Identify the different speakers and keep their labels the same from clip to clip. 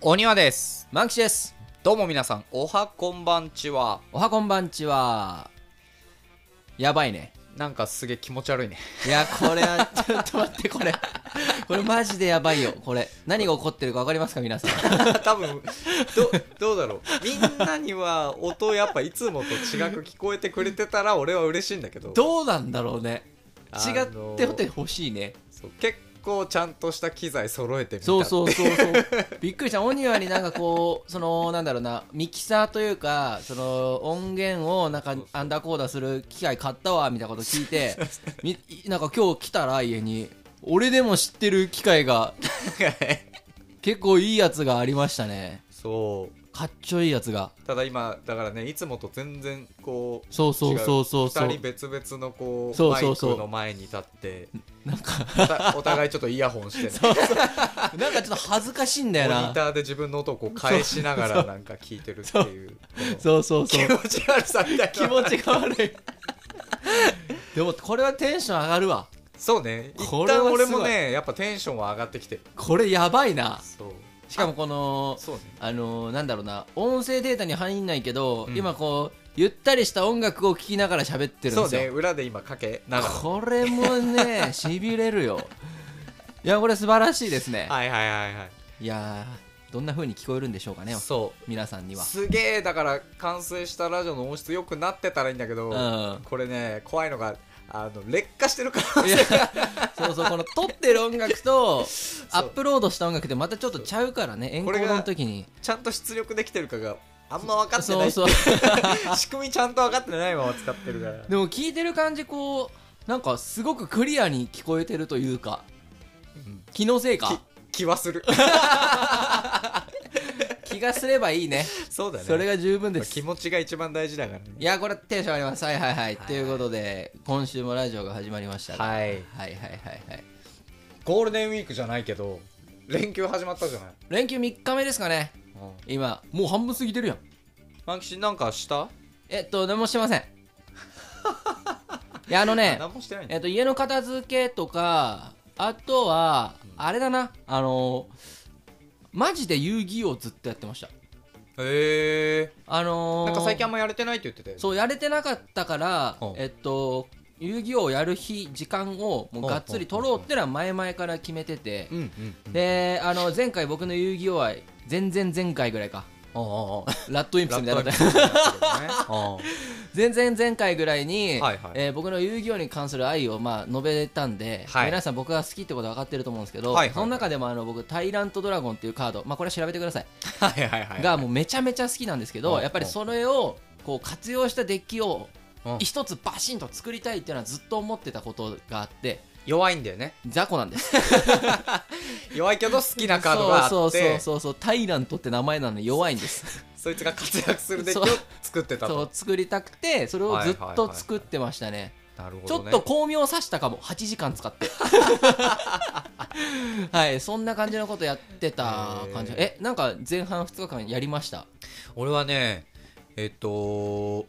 Speaker 1: お庭です
Speaker 2: マンキシです
Speaker 1: どうも皆さんおはこんばんちは
Speaker 2: おはこんばんちはやばいね
Speaker 1: なんかすげえ気持ち悪いね
Speaker 2: いやこれはちょっと待ってこれこれマジでやばいよこれ何が起こってるか分かりますか皆さん
Speaker 1: 多分どどうだろうみんなには音やっぱいつもと違く聞こえてくれてたら俺は嬉しいんだけど
Speaker 2: どうなんだろうね
Speaker 1: あ
Speaker 2: 違
Speaker 1: の
Speaker 2: ってってほしいね
Speaker 1: そう結構ちゃんとした機材揃えてみた
Speaker 2: そうそうそうそう びっくりしたお庭になんかこうそのなんだろうなミキサーというかその音源をなんかアンダーコーダーする機械買ったわみたいなこと聞いて みなんか今日来たら家に俺でも知ってる機械が結構いいやつがありましたね
Speaker 1: そう
Speaker 2: かっちょいいやつが
Speaker 1: ただ今だからねいつもと全然こう
Speaker 2: そうそうそうそうそう
Speaker 1: 2人別々のこう
Speaker 2: そうそうそう
Speaker 1: マイクの前に立って
Speaker 2: なんか
Speaker 1: おたお互いちょっとイヤホンしてね
Speaker 2: なんかちょっと恥ずかしいんだよ
Speaker 1: モニ
Speaker 2: な
Speaker 1: ターで自分の音をこう返しながらなんか聞いてるっていう
Speaker 2: そうそうそ う
Speaker 1: この気持ち悪さみたいな
Speaker 2: 気持ちが悪い でもこれはテンション上がるわ
Speaker 1: そうね一
Speaker 2: これ
Speaker 1: 旦
Speaker 2: はすごい
Speaker 1: 俺もねやっぱテンションは上がってきてる
Speaker 2: これやばいな
Speaker 1: そう
Speaker 2: しかもこの
Speaker 1: そうね
Speaker 2: あのーなんだろうな音声データに入んないけど、
Speaker 1: うん
Speaker 2: 今こうゆったりした音楽を聴きながら喋ってるん
Speaker 1: そ
Speaker 2: で
Speaker 1: う
Speaker 2: すよ、
Speaker 1: ね裏で今かけなが
Speaker 2: これ もねしびれるよいやこれ素晴らしいですね、、
Speaker 1: らはいはいはいはい
Speaker 2: やーどんな風に聞こえるんでしょうかね
Speaker 1: いそ
Speaker 2: 皆さんに
Speaker 1: う
Speaker 2: は
Speaker 1: すげえだから完成したラジオの音質良くなってたらいいんだけど、
Speaker 2: うん
Speaker 1: これね怖いのがあの劣化してるから
Speaker 2: いやそうそうこの撮ってる音楽とアップロードした音楽でまたちょっとちゃうからねエンコードの時に
Speaker 1: ちゃんと出力できてるかがあんま分かって
Speaker 2: そ
Speaker 1: な
Speaker 2: う
Speaker 1: い
Speaker 2: そう
Speaker 1: 仕組みちゃんと分かってないまま使ってるから
Speaker 2: でも聞いてる感じこうなんかすごくクリアに聞こえてるというか
Speaker 1: ん
Speaker 2: 気のせい
Speaker 1: き
Speaker 2: か
Speaker 1: 気は する
Speaker 2: 気がすればいいね
Speaker 1: そうだね
Speaker 2: それが十分で
Speaker 1: まあ
Speaker 2: す
Speaker 1: 気
Speaker 2: い
Speaker 1: 持ちが一番大事だからね
Speaker 2: やこれテンション上がりますはいはいはいということで今週もラジオが始まりましたがはい
Speaker 1: はい
Speaker 2: はいはいはい
Speaker 1: ゴールデンウィークじゃないけど連休始まったじゃない、
Speaker 2: 連休3日目ですかね
Speaker 1: うん、
Speaker 2: 今もう半分過ぎてるやん
Speaker 1: マキシなんかした
Speaker 2: えっと何もしてませんいやあの ね
Speaker 1: 何もしてないんだ
Speaker 2: えっと、家の片付けとかあとはあれだなあのマジで遊戯王ずっとやってました
Speaker 1: へえ
Speaker 2: あのー
Speaker 1: なんか最近あんまやれてないって言ってたよね
Speaker 2: そうやれてなかったから
Speaker 1: うん
Speaker 2: えっと遊戯王やる日時間をもうがっつり取ろうってのは前々から決めてて
Speaker 1: うんうんうん
Speaker 2: であの前回僕の遊戯王は前々前回ぐらいか
Speaker 1: ああああ
Speaker 2: ラッドウィンプスみたいな
Speaker 1: ラップはやってるけどね
Speaker 2: 前々前回ぐらいに、
Speaker 1: はいはい
Speaker 2: えー僕の遊戯王に関する愛をまあ述べたんで、
Speaker 1: はい
Speaker 2: 皆さん僕が好きってことは分かってると思うんですけど、
Speaker 1: はいはいはい
Speaker 2: その中でもあの僕タイラントドラゴンっていうカード、まあ、これは調べてください、
Speaker 1: ああはいはいはい
Speaker 2: がもうめちゃめちゃ好きなんですけど、
Speaker 1: うん
Speaker 2: やっぱりそれをこう活用したデッキを
Speaker 1: うん
Speaker 2: 一つバシンと作りたいっていうのはずっと思ってたことがあって
Speaker 1: 弱いんだよね
Speaker 2: 雑魚なんです
Speaker 1: 弱いけど好きなカードがあって
Speaker 2: そ
Speaker 1: そう
Speaker 2: そうそうそうそうタイラントって名前なのに弱いんです
Speaker 1: いつが活躍するデッキを作ってた
Speaker 2: そ
Speaker 1: と
Speaker 2: う作りたくてそれをずっと作ってましたね、
Speaker 1: なるほ
Speaker 2: ちょ
Speaker 1: ど
Speaker 2: っ
Speaker 1: ね
Speaker 2: と巧妙さしたかも8時間使って はいそんな感じのことやってた感じ
Speaker 1: へー
Speaker 2: えなんか前半2日間やりました
Speaker 1: 俺はねえっと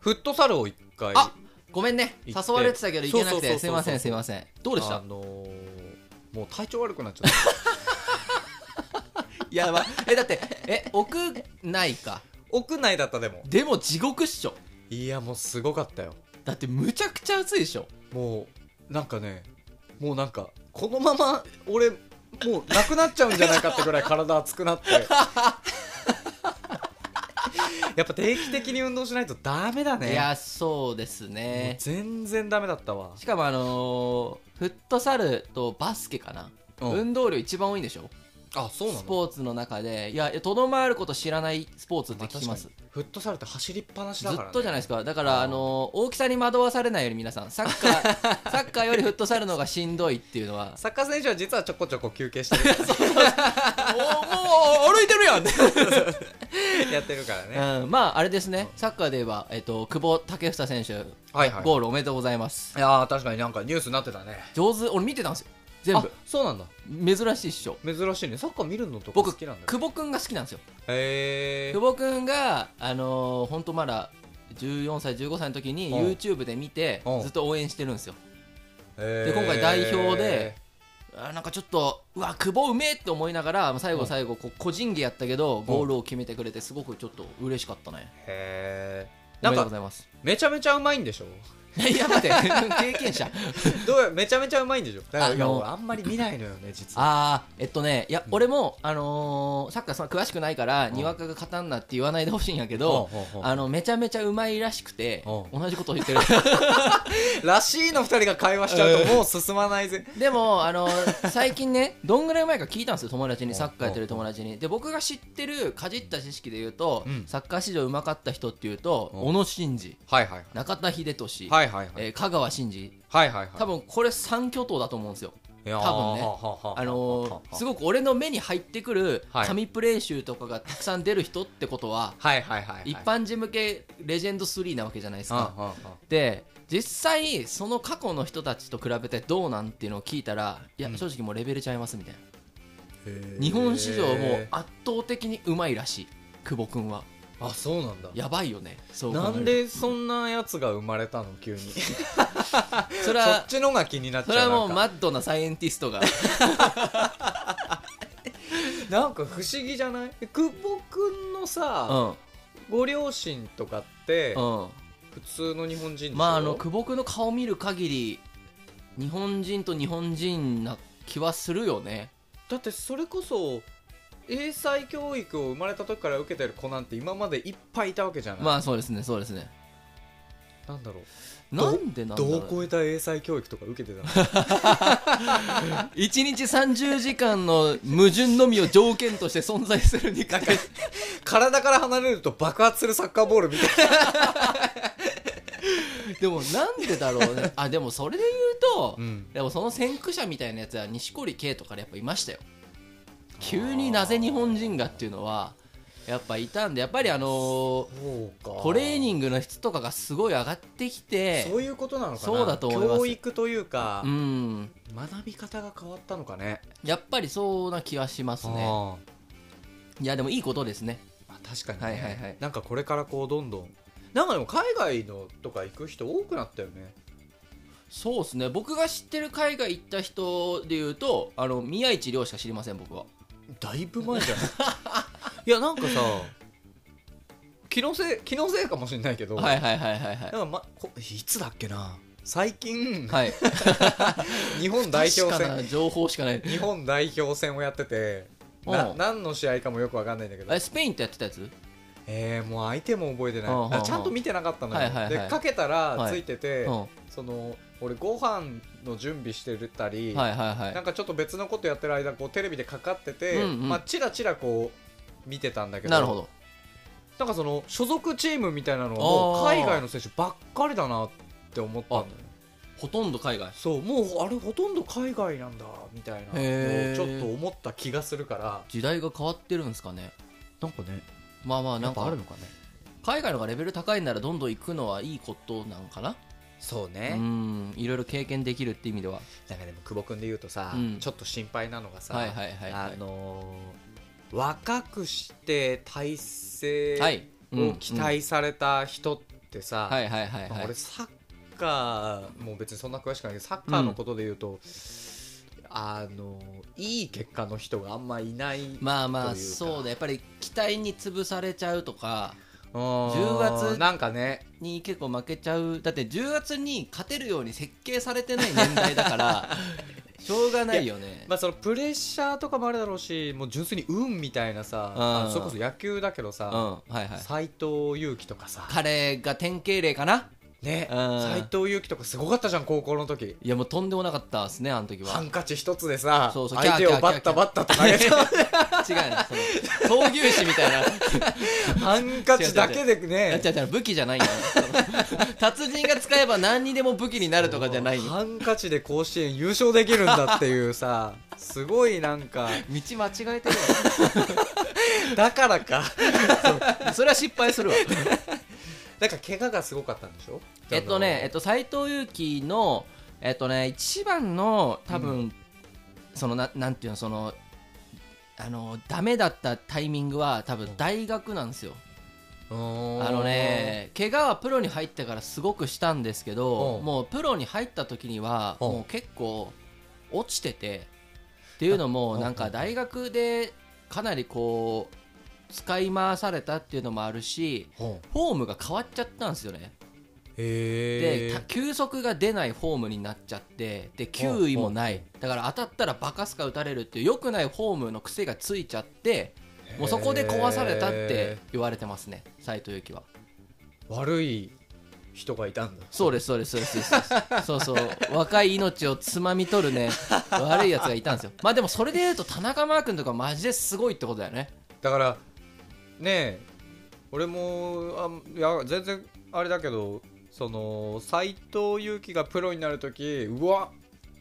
Speaker 1: フットサルを一回
Speaker 2: あごめんね
Speaker 1: 行って
Speaker 2: 誘われてたけど行けなく
Speaker 1: そ
Speaker 2: て
Speaker 1: うそうそう
Speaker 2: す
Speaker 1: そう
Speaker 2: いませんすいませんどうでし
Speaker 1: あ
Speaker 2: た
Speaker 1: のーもう体調悪くなっちゃ った
Speaker 2: いやば えだってえ屋内か
Speaker 1: 屋内だったでも
Speaker 2: でも地獄っしょ
Speaker 1: いやもうすごかったよ
Speaker 2: だってむちゃくちゃ暑いでしょ
Speaker 1: もうなんかねもうなんかこのまま俺もうなくなっちゃうんじゃないかってぐらい 体熱くな ってやっぱ定期的に運動しないとダメだね
Speaker 2: いやそうです
Speaker 1: もう
Speaker 2: ね
Speaker 1: 全然ダメだったわ
Speaker 2: しかもあのーフットサルとバスケかな、運動量一番多いんでしょ
Speaker 1: あそうなの
Speaker 2: スポーツの中でいやとどまること知らないスポーツって聞きます
Speaker 1: あ確かにフットサルって走りっぱなし
Speaker 2: ず
Speaker 1: だ
Speaker 2: っ
Speaker 1: から、ね、
Speaker 2: とじゃないですかだから
Speaker 1: あー
Speaker 2: あの大きさに惑わされないように皆さんサッカ ーサッカーよりフットサルの方がしんどいっていうのは
Speaker 1: サッカー選手は実はちょこちょこ休憩してる
Speaker 2: おもう歩いてるやん、
Speaker 1: やってるからね、
Speaker 2: うん、まああれですねサッカーで言えば、えっと久保建英選手
Speaker 1: はいはい
Speaker 2: ゴールおめでとうございます
Speaker 1: いやー確かになんかニュースになってたね
Speaker 2: 上手俺見てたんですよ全部
Speaker 1: そうなんだ
Speaker 2: 珍しいっしょ
Speaker 1: 珍しいねサッカー見るのとか好
Speaker 2: 僕
Speaker 1: きなんだ
Speaker 2: 久保くんが好きなんですよ
Speaker 1: へえ
Speaker 2: 久保くんがあの本当まだ14歳15歳の時に
Speaker 1: うん
Speaker 2: YouTube で見て
Speaker 1: うん
Speaker 2: ずっと応援してる
Speaker 1: で
Speaker 2: で今回代表であなんかちょっとうわ久保うめえって思いながら最後最後こう個人技やったけどゴールを決めてくれてすごくちょっと嬉しかったね
Speaker 1: へえ
Speaker 2: お
Speaker 1: な
Speaker 2: め
Speaker 1: ん
Speaker 2: でとう
Speaker 1: か
Speaker 2: ございます
Speaker 1: めちゃめちゃうまいんでしょ
Speaker 2: いや待って 経験者
Speaker 1: どうやめちゃめちゃうまいんでしょだからいや
Speaker 2: あの
Speaker 1: 俺あんまり見ないのよね実は
Speaker 2: あーえっとねいや俺も、あのーサッカーそんな詳しくないから、にわかが勝たんなって言わないでほしいんやけど、
Speaker 1: うんうんうん
Speaker 2: あのめちゃめちゃうまいらしくて、
Speaker 1: う
Speaker 2: 同じこと言ってる
Speaker 1: らしいの二人が会話しちゃうともう進まないぜ
Speaker 2: でも、あのー最近ねどんぐらいうまいか聞いたんですよ友達にサッカーやってる友達にで僕が知ってるかじった知識で言うと、
Speaker 1: うん
Speaker 2: サッカー史上うまかった人っていうと、
Speaker 1: うん
Speaker 2: 小野伸二
Speaker 1: はいはい
Speaker 2: 中田英寿、
Speaker 1: はいはいはい
Speaker 2: えー香川真司
Speaker 1: はいはいはい
Speaker 2: 多分これ三巨頭だと思うんですよ
Speaker 1: いやー
Speaker 2: 多分ね
Speaker 1: はははは
Speaker 2: あのーす
Speaker 1: は
Speaker 2: ごく俺の目に入ってくる
Speaker 1: はい
Speaker 2: 神プレー集とかがたくさん出る人ってことは、
Speaker 1: はいはいはいはい
Speaker 2: 一般人向けレジェンド3なわけじゃないですか。
Speaker 1: うんうんうん
Speaker 2: で実際その過去の人たちと比べてどうなんっていうのを聞いたらいや
Speaker 1: うん
Speaker 2: 正直もうレベルちゃいますみたいな、
Speaker 1: へー
Speaker 2: 日本史上もう圧倒的にうまいらしい久保君は
Speaker 1: あそうなんだ
Speaker 2: やばいよねそう考え
Speaker 1: な
Speaker 2: ると
Speaker 1: んでそんなやつが生まれたの急にそ
Speaker 2: そ れ
Speaker 1: っ
Speaker 2: は
Speaker 1: ちのが気になっちゃ
Speaker 2: そうれはもう
Speaker 1: なん
Speaker 2: マ
Speaker 1: か
Speaker 2: ッドなサイエンティス トが
Speaker 1: なんか不思議じゃないえ久保君の
Speaker 2: う
Speaker 1: さ
Speaker 2: ん
Speaker 1: ご両親とかって
Speaker 2: うん
Speaker 1: 普通の日本人でしょ
Speaker 2: まああの久保君の顔見る限り日本人と日本人な気はするよね
Speaker 1: だってそれこそ英才教育を生まれた時から受けてる子なんて今までいっぱいいたわけじゃない、
Speaker 2: まあそうですねそうですね
Speaker 1: なんだろうど
Speaker 2: なんでなんだろう
Speaker 1: どう超えた英才教育とか受けてたの
Speaker 2: 1日30時間の矛盾のみを条件として存在するにかけ
Speaker 1: 体から離れると爆発するサッカーボールみたいな
Speaker 2: でもなんでだろう ねあでもそれで言うと、
Speaker 1: ん
Speaker 2: でもその先駆者みたいなやつは錦織圭とかでやっぱいましたよ急になぜ日本人がっていうのはやっぱいたんでやっぱりあの
Speaker 1: そうか
Speaker 2: ートレーニ
Speaker 1: ン
Speaker 2: ングの質とかがすごい上がってきて
Speaker 1: そういうことなのかな
Speaker 2: そうだと思います
Speaker 1: 教育というか、
Speaker 2: うん
Speaker 1: 学び方が変わったのかね
Speaker 2: やっぱりそうな気はしますね
Speaker 1: あ
Speaker 2: いやでもいいことですね
Speaker 1: ーまあ確かにね、
Speaker 2: はいはいはい
Speaker 1: なんかこれからこうどんどんなんかでも海外のとか行く人多くなったよね
Speaker 2: そうですね僕が知ってる海外行った人でいうとあの宮市亮しか知りません僕は
Speaker 1: だいぶ前じゃ ないいやなんかさ気のせい気のせいかもしれないけど、
Speaker 2: はいはいはいはいは
Speaker 1: なんか、ま、こいつだっけな最近、
Speaker 2: いはい
Speaker 1: 日本 代表
Speaker 2: 確か
Speaker 1: 戦
Speaker 2: な情報しかない
Speaker 1: 日本代表戦をやってて
Speaker 2: う
Speaker 1: なん何の試合かもよくわかんないんだけど
Speaker 2: えスペインってやってたやつ
Speaker 1: えー、もう相手も覚えてない
Speaker 2: うんうんうん
Speaker 1: だからちゃんと見てなかったのよ、
Speaker 2: はいはいはい
Speaker 1: でかけたら
Speaker 2: はい
Speaker 1: ついてて、
Speaker 2: うんは
Speaker 1: その俺ご飯の準備してたり、
Speaker 2: いはいはい
Speaker 1: なんかちょっと別のことやってる間こうテレビでかかってて、
Speaker 2: うんうん
Speaker 1: まあ、チラチラこう見てたんだけど
Speaker 2: なるほど
Speaker 1: なんかその所属チームみたいなのはもう
Speaker 2: あー
Speaker 1: 海外の選手ばっかりだなって思ったんだよね
Speaker 2: ほとんど海外
Speaker 1: そうもうあれほとんど海外なんだみたいなの
Speaker 2: へ
Speaker 1: を
Speaker 2: ー
Speaker 1: ちょっと思った気がするから
Speaker 2: 時代が変わってるんですかね
Speaker 1: なんかね
Speaker 2: まあまあなんか
Speaker 1: かね
Speaker 2: 海外のがレベル高いならどんどん行くのはいいことなんかな
Speaker 1: そう
Speaker 2: う
Speaker 1: ね、
Speaker 2: んいろいろ経験できるって意味では
Speaker 1: なんかでも久保君で言うとさ、
Speaker 2: うん
Speaker 1: ちょっと心配なのがさ、
Speaker 2: はいはいはいは
Speaker 1: あ
Speaker 2: い
Speaker 1: のー若くして体
Speaker 2: は
Speaker 1: 制
Speaker 2: い
Speaker 1: を期待された人ってさ、
Speaker 2: うんはいはいはい
Speaker 1: まあ
Speaker 2: はい
Speaker 1: 俺サッカーもう別にそんな詳しくないけどサッカーのことで言うと、あのいい結果の人があんまいない、
Speaker 2: まあま
Speaker 1: と
Speaker 2: あ
Speaker 1: いうか
Speaker 2: そうだやっぱり期待に潰されちゃうとか
Speaker 1: 10
Speaker 2: 10
Speaker 1: 月
Speaker 2: 月
Speaker 1: なんかね
Speaker 2: に結構負けちゃうだって10月に勝てるように設計されてない年代だから しょうがないよね
Speaker 1: まあ、そのプレッシャーとかもあるだろうしもう純粋に運みたいなさ
Speaker 2: うん
Speaker 1: あのそれこそ野球だけど
Speaker 2: うん
Speaker 1: さ
Speaker 2: はいはい
Speaker 1: 斎、藤佑樹とかさ
Speaker 2: 彼が典型例かな
Speaker 1: ね
Speaker 2: うん
Speaker 1: 斎藤佑樹とかすごかったじゃん高校の時
Speaker 2: いやもうとんでもなかったですねあの時
Speaker 1: ハ
Speaker 2: は
Speaker 1: ンカチ一つでさ
Speaker 2: そうそう
Speaker 1: 相手
Speaker 2: キ
Speaker 1: を
Speaker 2: ャーキャ
Speaker 1: バ
Speaker 2: ー
Speaker 1: ッ
Speaker 2: キャ
Speaker 1: タ
Speaker 2: ー
Speaker 1: バッタと投げて
Speaker 2: 違うねそ の闘牛士みたいな
Speaker 1: ハンカチだけでね
Speaker 2: やっちゃう違う武器じゃないよ その達人が使えば何にでも武器になるとかじゃない道
Speaker 1: ハンカチで甲子園優勝できるんだっていうさすごいなんか
Speaker 2: 間違えてる
Speaker 1: だからか
Speaker 2: わそれは失敗するわ
Speaker 1: だから怪我がすごかったんでしょ
Speaker 2: えっとね、えっと、斎藤佑樹の、えっとね、一番の、多分、
Speaker 1: う
Speaker 2: そのな、なんていうの、その、あの、ダメだったタイミングは、多分、大学なんですよ。
Speaker 1: あの
Speaker 2: あのね、怪我はプロに入ってからすごくしたんですけど、
Speaker 1: うん
Speaker 2: もうプロに入った時には、
Speaker 1: うん
Speaker 2: もう結構、落ちてて、っていうのも
Speaker 1: うん
Speaker 2: なんか大学でかなりこう使い回されたっていうのもあるし
Speaker 1: ほう
Speaker 2: フォームが変わっちゃったんですよね
Speaker 1: へ
Speaker 2: で
Speaker 1: え
Speaker 2: た球速が出ないフォームになっちゃってで球威もないだから当たったらバカすか打たれるっていう良くないフォームの癖がついちゃってもうそこで壊されたって言われてますね斎藤佑樹は
Speaker 1: 悪い人がいたんだ
Speaker 2: そうですそうですそうですそう ですそうそう若い命をつまみ取るね悪いやつがいたんですよまあでもそれでいうと田中マー君とかマジですごいってことだよね
Speaker 1: だからねえ俺もあいや全然あれだけどその斎藤佑樹がプロになる時うわ、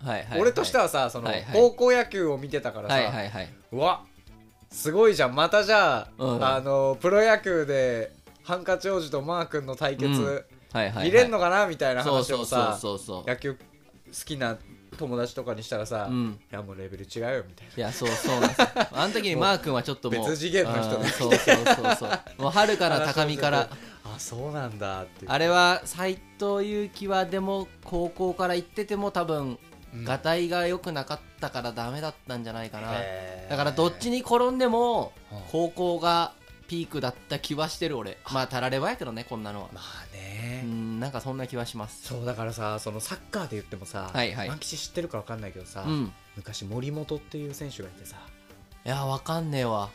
Speaker 2: はいはい、はい、
Speaker 1: 俺として
Speaker 2: は
Speaker 1: はさその、
Speaker 2: はいはい
Speaker 1: 高校野球を見てたからさ、
Speaker 2: はいはいはいう
Speaker 1: わすごいじゃんまたじゃあ,、
Speaker 2: うん
Speaker 1: あのプロ野球でハンカチ王子とマー君の対決、
Speaker 2: うんはいはい
Speaker 1: 見れんのかなみたいな
Speaker 2: そう
Speaker 1: 話
Speaker 2: そ
Speaker 1: を
Speaker 2: うそう
Speaker 1: さ
Speaker 2: そうそう
Speaker 1: 野球好きな友達とかにしたらさ、
Speaker 2: う
Speaker 1: い
Speaker 2: ん
Speaker 1: やもうレベル違うよみたいない
Speaker 2: やそうそうなんですよあの時にマー君はちょっともう
Speaker 1: もう別次元の人
Speaker 2: うん
Speaker 1: だ
Speaker 2: そうそうそうそうもう春から高みから
Speaker 1: あそうなんだっていう
Speaker 2: あれは斎藤佑樹はでも高校から行ってても多分
Speaker 1: うん
Speaker 2: がたいが良くなかったからダメだったんじゃないかな、
Speaker 1: へー
Speaker 2: だからどっちに転んでも
Speaker 1: うん
Speaker 2: 高校がピークだった気はしてる俺まあたらればやけどねこんなのは
Speaker 1: まあ
Speaker 2: う
Speaker 1: ね、
Speaker 2: んなんかそんな気はします
Speaker 1: そうだからさそのサッカーで言ってもさ、
Speaker 2: はいはい
Speaker 1: 万吉知ってるか分かんないけどさ、
Speaker 2: うん
Speaker 1: 昔森本っていう選手がいてさ
Speaker 2: いやわかんねえわ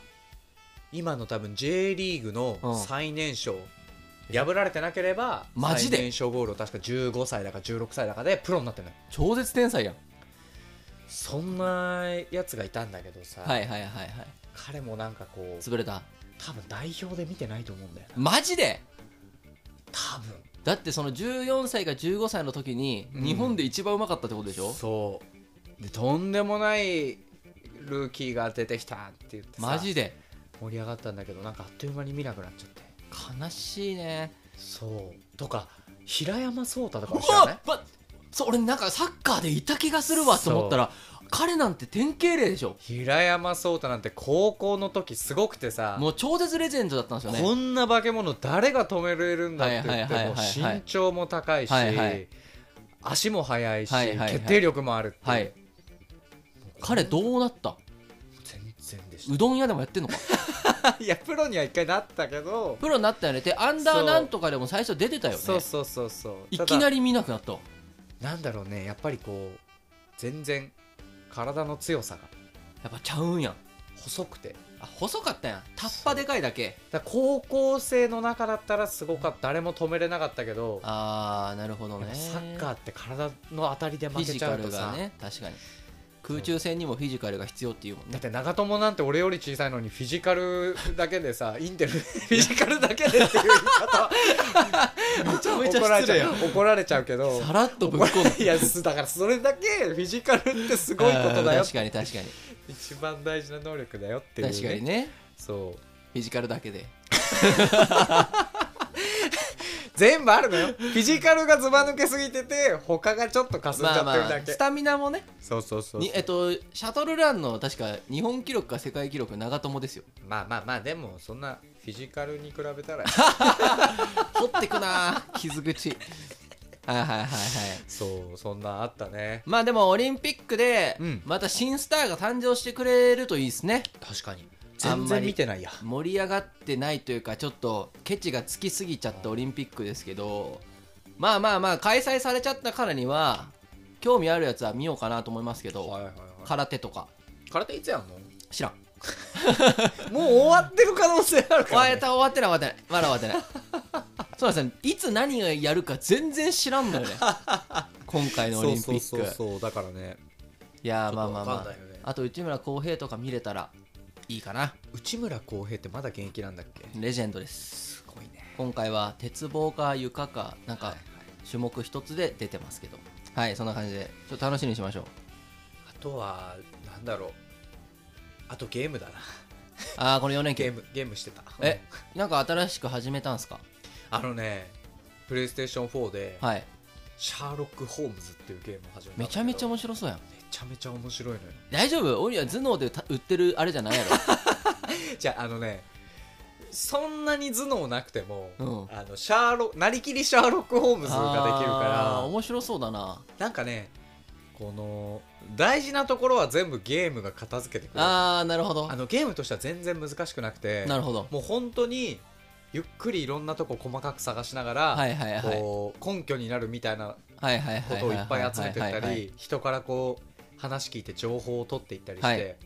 Speaker 1: 今の多分 J リーグ
Speaker 2: うん
Speaker 1: の最年少、破られてなければ
Speaker 2: マジで
Speaker 1: 最年少ゴールを確か15歳だか16歳だかでプロになってない
Speaker 2: 超絶天才やん
Speaker 1: そんなやつがいたんだけどさ、
Speaker 2: はいはいはいはい
Speaker 1: 彼もなんかこう
Speaker 2: 潰れた
Speaker 1: 多分代表で見てないと思うんだよな
Speaker 2: マジで
Speaker 1: 多分
Speaker 2: だってその14歳が15歳の時に
Speaker 1: うん
Speaker 2: 日本で一番うまかったってことでしょ、
Speaker 1: そうでとんでもないルーキーが出てきたって言ってさ
Speaker 2: マジで
Speaker 1: 盛り上がったんだけどなんかあっという間に見なくなっちゃって
Speaker 2: 悲しいね
Speaker 1: そうとか平山颯太とか
Speaker 2: う
Speaker 1: も知らない
Speaker 2: わばそう俺なんかサッカーでいた気がするわと思ったら彼なんて典型例でしょ
Speaker 1: 平山颯太なんて高校の時すごくてさ
Speaker 2: もう超絶レジェンドだったんですよね
Speaker 1: こんな化け物誰が止めれるんだって言って
Speaker 2: はいはい
Speaker 1: もう
Speaker 2: はいはいはい
Speaker 1: 身長も高いし、
Speaker 2: はいはい
Speaker 1: 足も速いし、
Speaker 2: はいはいはい
Speaker 1: 決定力もあるって、
Speaker 2: はい彼どうなった
Speaker 1: 全然でし
Speaker 2: うどん屋でもやってんのか
Speaker 1: たいやプロには一回なったけど
Speaker 2: プロになったよねでアンダーなんとかでも最初出てたよね
Speaker 1: そうそうそうそう
Speaker 2: いきな
Speaker 1: り
Speaker 2: り見なくなったわ
Speaker 1: なんだろうねやっぱりこう全然体の強さが
Speaker 2: やっぱちゃうんやん
Speaker 1: 細くて
Speaker 2: あ細かったやんタッパでかいだけ
Speaker 1: だから高校生の中だったらすごかった誰も止めれなかったけど
Speaker 2: ああなるほど
Speaker 1: やっ
Speaker 2: ね
Speaker 1: ぱサッカーって体の当たりで
Speaker 2: フ
Speaker 1: 負
Speaker 2: ィ
Speaker 1: け
Speaker 2: ジ
Speaker 1: ちゃ
Speaker 2: カ
Speaker 1: う
Speaker 2: ル
Speaker 1: と
Speaker 2: が
Speaker 1: さ、
Speaker 2: ね確かに空中戦にもフィジカルが必要っていうもん
Speaker 1: だっ
Speaker 2: ね
Speaker 1: て長友なんて俺より小さいのにフィジカルだけで さインテルフィジカルだけでっていう言い方
Speaker 2: めちゃ
Speaker 1: 怒られちゃう怒られちゃうけど
Speaker 2: さらっとぶっ込んだ
Speaker 1: いやすだからそれだけフィジカルってすごいことだ
Speaker 2: あー
Speaker 1: よ
Speaker 2: 確かに確かに
Speaker 1: 一番大事な能力だよっていう、
Speaker 2: 確かにね
Speaker 1: そう
Speaker 2: フィジカルだけで
Speaker 1: 全部あるのよフィジカルがずば抜けすぎてて他がちょっとかすんじ
Speaker 2: ま
Speaker 1: ゃ
Speaker 2: あ
Speaker 1: っ
Speaker 2: ま
Speaker 1: てる
Speaker 2: あ
Speaker 1: だけ、
Speaker 2: スタミナもね
Speaker 1: そうそうそうそう
Speaker 2: にえっとシャトルランの確か日本記録か世界記録長友ですよ
Speaker 1: まあまあまあでもそんなフィジカルに比べ たら
Speaker 2: 掘ってくな ー傷口はいはいはいはい
Speaker 1: そうそんなあったね
Speaker 2: まあでもオリンピックで
Speaker 1: うん
Speaker 2: また新スターが誕生してくれるといいですね
Speaker 1: 確かに
Speaker 2: あん
Speaker 1: 全
Speaker 2: ま
Speaker 1: 然
Speaker 2: り
Speaker 1: 見てないや
Speaker 2: 盛り上がってないというかちょっとケチがつきすぎちゃったオリンピックですけどまあまあまあ開催されちゃったからには興味あるやつは見ようかなと思いますけど、
Speaker 1: はいはいは
Speaker 2: 空手とか
Speaker 1: い空手いつやんの
Speaker 2: 知らん
Speaker 1: もう終わってる可能性ある
Speaker 2: 終
Speaker 1: から、
Speaker 2: わっ
Speaker 1: ね、
Speaker 2: た終わってない終わってないまだ終わってないそうなんですねいつ何がやるか全然知らんのよね今回のオリンピッ ク
Speaker 1: そうだからね
Speaker 2: いやーまあま
Speaker 1: ちょっ
Speaker 2: あ
Speaker 1: とわ
Speaker 2: ま
Speaker 1: かん
Speaker 2: あ、
Speaker 1: ないよね
Speaker 2: あと内村航平とか見れたらいいかな
Speaker 1: 内村航平ってまだ現役なんだっけ
Speaker 2: レジェンドです
Speaker 1: すごいね
Speaker 2: 今回は鉄棒か床かなんか種目一つで出てますけどはいそんな感じでちょっと楽しみにしましょう
Speaker 1: あとはなんだろうあとゲームだな
Speaker 2: ああこの4連
Speaker 1: ゲ
Speaker 2: 休
Speaker 1: ームゲームしてた
Speaker 2: えなんか新しく始めたんすか
Speaker 1: あのねプレイステーション4で、
Speaker 2: はい
Speaker 1: シャーロック・ホームズっていうゲームを始めたんだ
Speaker 2: め
Speaker 1: け
Speaker 2: ち
Speaker 1: ど
Speaker 2: ゃめちゃ面白そうやん
Speaker 1: めちゃめちゃ面白いのよ
Speaker 2: 大丈夫俺は頭脳でた売ってるあれじ ゃないや
Speaker 1: じゃああのねそんなに頭脳なくても、
Speaker 2: うん
Speaker 1: あのシャーロなりきりシャーロック・ホーム
Speaker 2: ろ
Speaker 1: ズができる
Speaker 2: あー
Speaker 1: か
Speaker 2: 面白そうだな
Speaker 1: らなんかねこの大事なところは全部ゲームが片付けてくれるあ
Speaker 2: ああなるほど
Speaker 1: のゲームとしては全然難しくなくて
Speaker 2: なるほど
Speaker 1: もう本当にゆっくりいろんなとこ細かく探しながら、
Speaker 2: はいはいはい
Speaker 1: こう根拠になるみたいな
Speaker 2: はいはいは
Speaker 1: こ
Speaker 2: い
Speaker 1: とをいっぱい集めてっ
Speaker 2: は
Speaker 1: た
Speaker 2: いはいはい
Speaker 1: り人からこう話聞いて情報を取っていったりして、
Speaker 2: はい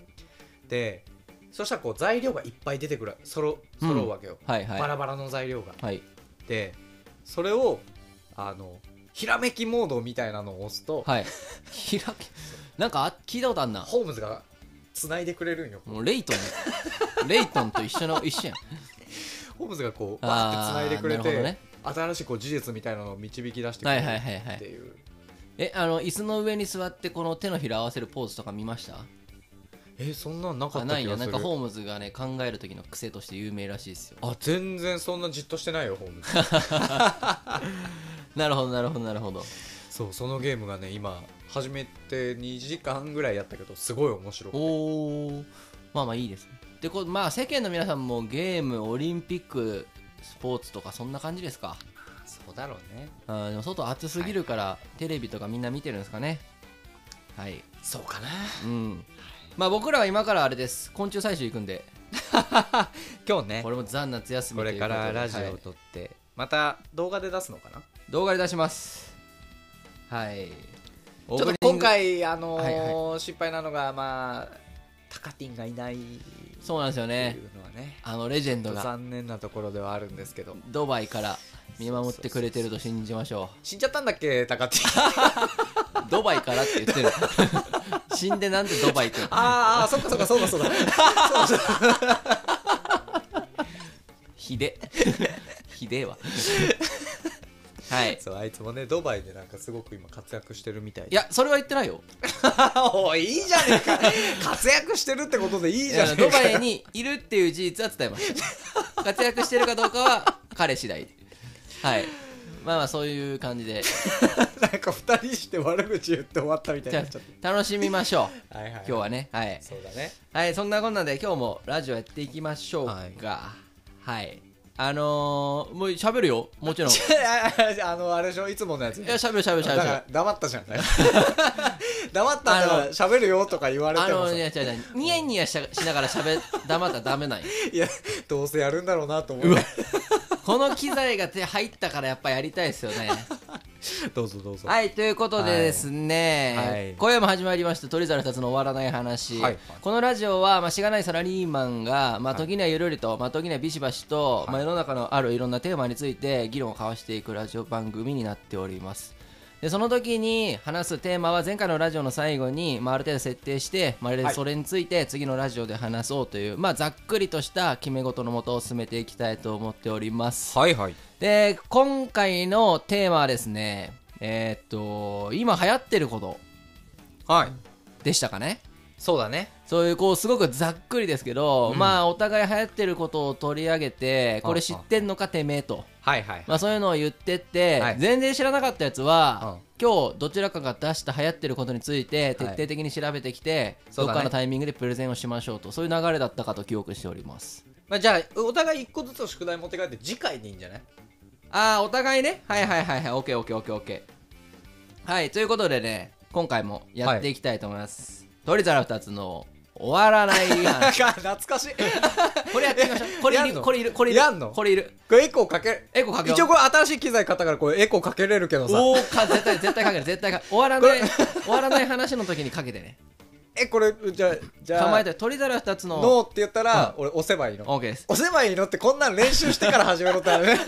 Speaker 1: でそしたらこう材料がいっぱい出てくるそろ揃うわけよ、
Speaker 2: はいはい
Speaker 1: バラバラの材料が。
Speaker 2: はい
Speaker 1: でそれをあのひらめきモードみたいなのを押すと、
Speaker 2: はい開けなんかあ聞いたことあんな
Speaker 1: ホームズが繋いでくれるんよ
Speaker 2: もうレイト ンレイトンと一緒の一緒やん
Speaker 1: ホームズがこうわーって
Speaker 2: あ
Speaker 1: 繋いでくれ
Speaker 2: ーなるほ
Speaker 1: て、
Speaker 2: どね
Speaker 1: 新しいこう事実みたいなのを導き出してく
Speaker 2: は
Speaker 1: れ
Speaker 2: い
Speaker 1: る
Speaker 2: はいはいは
Speaker 1: って
Speaker 2: い
Speaker 1: いう、
Speaker 2: えあの椅子の上に座ってこの手のひら合わせるポーズとか見ました
Speaker 1: えそんなんなか
Speaker 2: あ
Speaker 1: っ
Speaker 2: な
Speaker 1: た
Speaker 2: い
Speaker 1: 気
Speaker 2: な
Speaker 1: が
Speaker 2: な
Speaker 1: す
Speaker 2: ん
Speaker 1: る
Speaker 2: かホームズがね考える時の癖として有名らしいですよ
Speaker 1: あ全然そんなじっとしてないよホームズ
Speaker 2: なるほどなるほどなるほど
Speaker 1: そうそのゲームがね今始めて2時間ぐらいやったけどすごい面白くて
Speaker 2: おおまあまあいいですねでこうまあ世間の皆さんもゲームオリンピックスポーツとかそんな感じですか
Speaker 1: そうだろうね
Speaker 2: あーでも外暑すぎるから、テレビとかみんな見てるんですかねはい
Speaker 1: そうかな
Speaker 2: うんまあ僕らは今からあれです昆虫採集行くんで
Speaker 1: 今日ね
Speaker 2: これもザ夏休み
Speaker 1: これからラジオ
Speaker 2: という
Speaker 1: を
Speaker 2: こと
Speaker 1: 撮って、また動画で出すのかな
Speaker 2: ではい動画で出しますはい
Speaker 1: ちょっと
Speaker 2: オープニン
Speaker 1: 今
Speaker 2: グ
Speaker 1: 回、あのー
Speaker 2: は
Speaker 1: 失敗なのが、まあ、タカティンがいないってい
Speaker 2: そうなんですよね
Speaker 1: うのはね、
Speaker 2: あのレジェン
Speaker 1: ちょ
Speaker 2: ド
Speaker 1: っと
Speaker 2: が
Speaker 1: 残念なところではあるんですけど、
Speaker 2: ドバイから見守ってくれてると信じましょ
Speaker 1: 死んじゃったんだっけ、タカティン。あー
Speaker 2: うドバイからって言っ てる死んでなんでドバイって
Speaker 1: あー、そっかそっか、そうだそうだ。
Speaker 2: ひ でひでえわは い
Speaker 1: そう、あいつもね、ドバイでなんかすごく今活躍してるみたい
Speaker 2: いやそれは言ってないよ
Speaker 1: おい、いいじゃねえか。活躍してるってことでいいじゃねえか。
Speaker 2: ドバイにいるっていう事実は伝えました活躍してるかどうかは彼次第はいまあまあそういう感じで
Speaker 1: なんか二人して悪口言って終わったみたい
Speaker 2: じ
Speaker 1: に
Speaker 2: ゃ
Speaker 1: なっちゃっ
Speaker 2: あ楽しみましょう
Speaker 1: た。はいはい、
Speaker 2: 今日はねはい、
Speaker 1: そうだね。
Speaker 2: はい、そんなこんなんで今日もラジオやっていきましょうかはい、あのー、もう喋るよも ちろんい
Speaker 1: あの、あれでしょ、いつものやつ。
Speaker 2: や喋る喋る
Speaker 1: だ
Speaker 2: 喋
Speaker 1: か
Speaker 2: る
Speaker 1: ら黙ったじゃん黙ったんだから喋るよとか言われ
Speaker 2: あ
Speaker 1: ても
Speaker 2: の
Speaker 1: さ
Speaker 2: いや違う違うニヤニヤししながら喋黙ったらダメなんよ
Speaker 1: いやどうせやるんだろうなと思う
Speaker 2: この機材が手入ったからやっぱやりたいですよね
Speaker 1: どうぞどうぞ
Speaker 2: はいということでですね、
Speaker 1: はい
Speaker 2: 今夜も始まりました「鳥猿たつの終わらない話」
Speaker 1: はい
Speaker 2: このラジオは、まあ、しがないサラリーマンが、まあ、時にはゆるりと、まあ、時にはビシバシと、
Speaker 1: はい
Speaker 2: まあ、世の中のあるいろんなテーマについて議論を交わしていくラジオ番組になっておりますでその時に話すテーマは前回のラジオの最後に、まあ、ある程度設定して、まあ、ある程
Speaker 1: は
Speaker 2: 度
Speaker 1: い
Speaker 2: それについて次のラジオで話そうという、まあ、ざっくりとした決め事のもとを進めていきたいと思っております
Speaker 1: はいはい
Speaker 2: で今回のテーマはですねえーっと今流行ってること
Speaker 1: はい
Speaker 2: でしたかね
Speaker 1: そうだね
Speaker 2: そういうこうすごくざっくりですけど、
Speaker 1: うん
Speaker 2: まあお互い流行ってることを取り上げてこれ知ってんのかてめえと、
Speaker 1: はいはい
Speaker 2: まあ、そういうのを言ってって、
Speaker 1: はい
Speaker 2: 全然知らなかったやつは、
Speaker 1: うん
Speaker 2: 今日どちらかが出した流行ってることについて徹
Speaker 1: はい
Speaker 2: 底的に調べてきて、
Speaker 1: そうだ
Speaker 2: ど
Speaker 1: ね
Speaker 2: っかのタイミングでプレゼンをしましょうとそういう流れだったかと記憶しております
Speaker 1: まあ、じゃあお互い一個ずつの宿題持って帰って次回でいいんじゃない
Speaker 2: ああお互いねはいはいはいはいオッケーオッケーオッケーオッケーはいということでね今回もやっていきたいと思います、鳥皿2つの終わらない
Speaker 1: なん
Speaker 2: 話
Speaker 1: か 懐か しい
Speaker 2: これやってみましょうこれ
Speaker 1: や
Speaker 2: い
Speaker 1: ん
Speaker 2: る
Speaker 1: の
Speaker 2: これいるこれいる
Speaker 1: やんの
Speaker 2: これいる
Speaker 1: これエコーかける
Speaker 2: エコかけよう
Speaker 1: 一応これ新しい機材買ったからこれエコーかけれるけどさ
Speaker 2: おおか絶対絶対かける絶対かける終わらない終わらない話の時にかけて ね
Speaker 1: えこれじゃあじゃあ
Speaker 2: 構えて鳥皿2つの
Speaker 1: ノーって言ったら、俺押せばいいの
Speaker 2: OK です
Speaker 1: 押せばいいのってこんなん練習してから始めろってあるね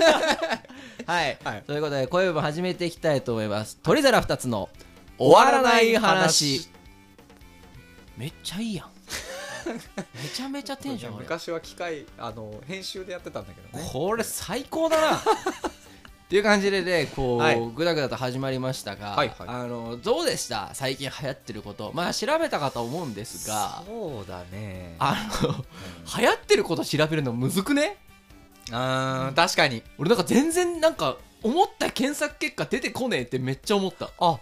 Speaker 2: はい、
Speaker 1: はい
Speaker 2: ということで声も始めていきたいと思います鳥皿2つの 終わらな い話 めっちゃいい やんめちゃめちゃテンション上がる
Speaker 1: 昔は機械あの編集でやってたんだけどね
Speaker 2: これ最高だな っていう感じでねこう、
Speaker 1: はい
Speaker 2: ぐだぐだと始まりましたが、
Speaker 1: はいはい
Speaker 2: あのどうでした最近流行ってることまあ調べたかと思うんですが
Speaker 1: そうだねあ
Speaker 2: あの流行ってること調べるのむずくね
Speaker 1: あー確かに
Speaker 2: 俺なんか全然なんか思った検索結果出てこねえってめっちゃ思った
Speaker 1: あ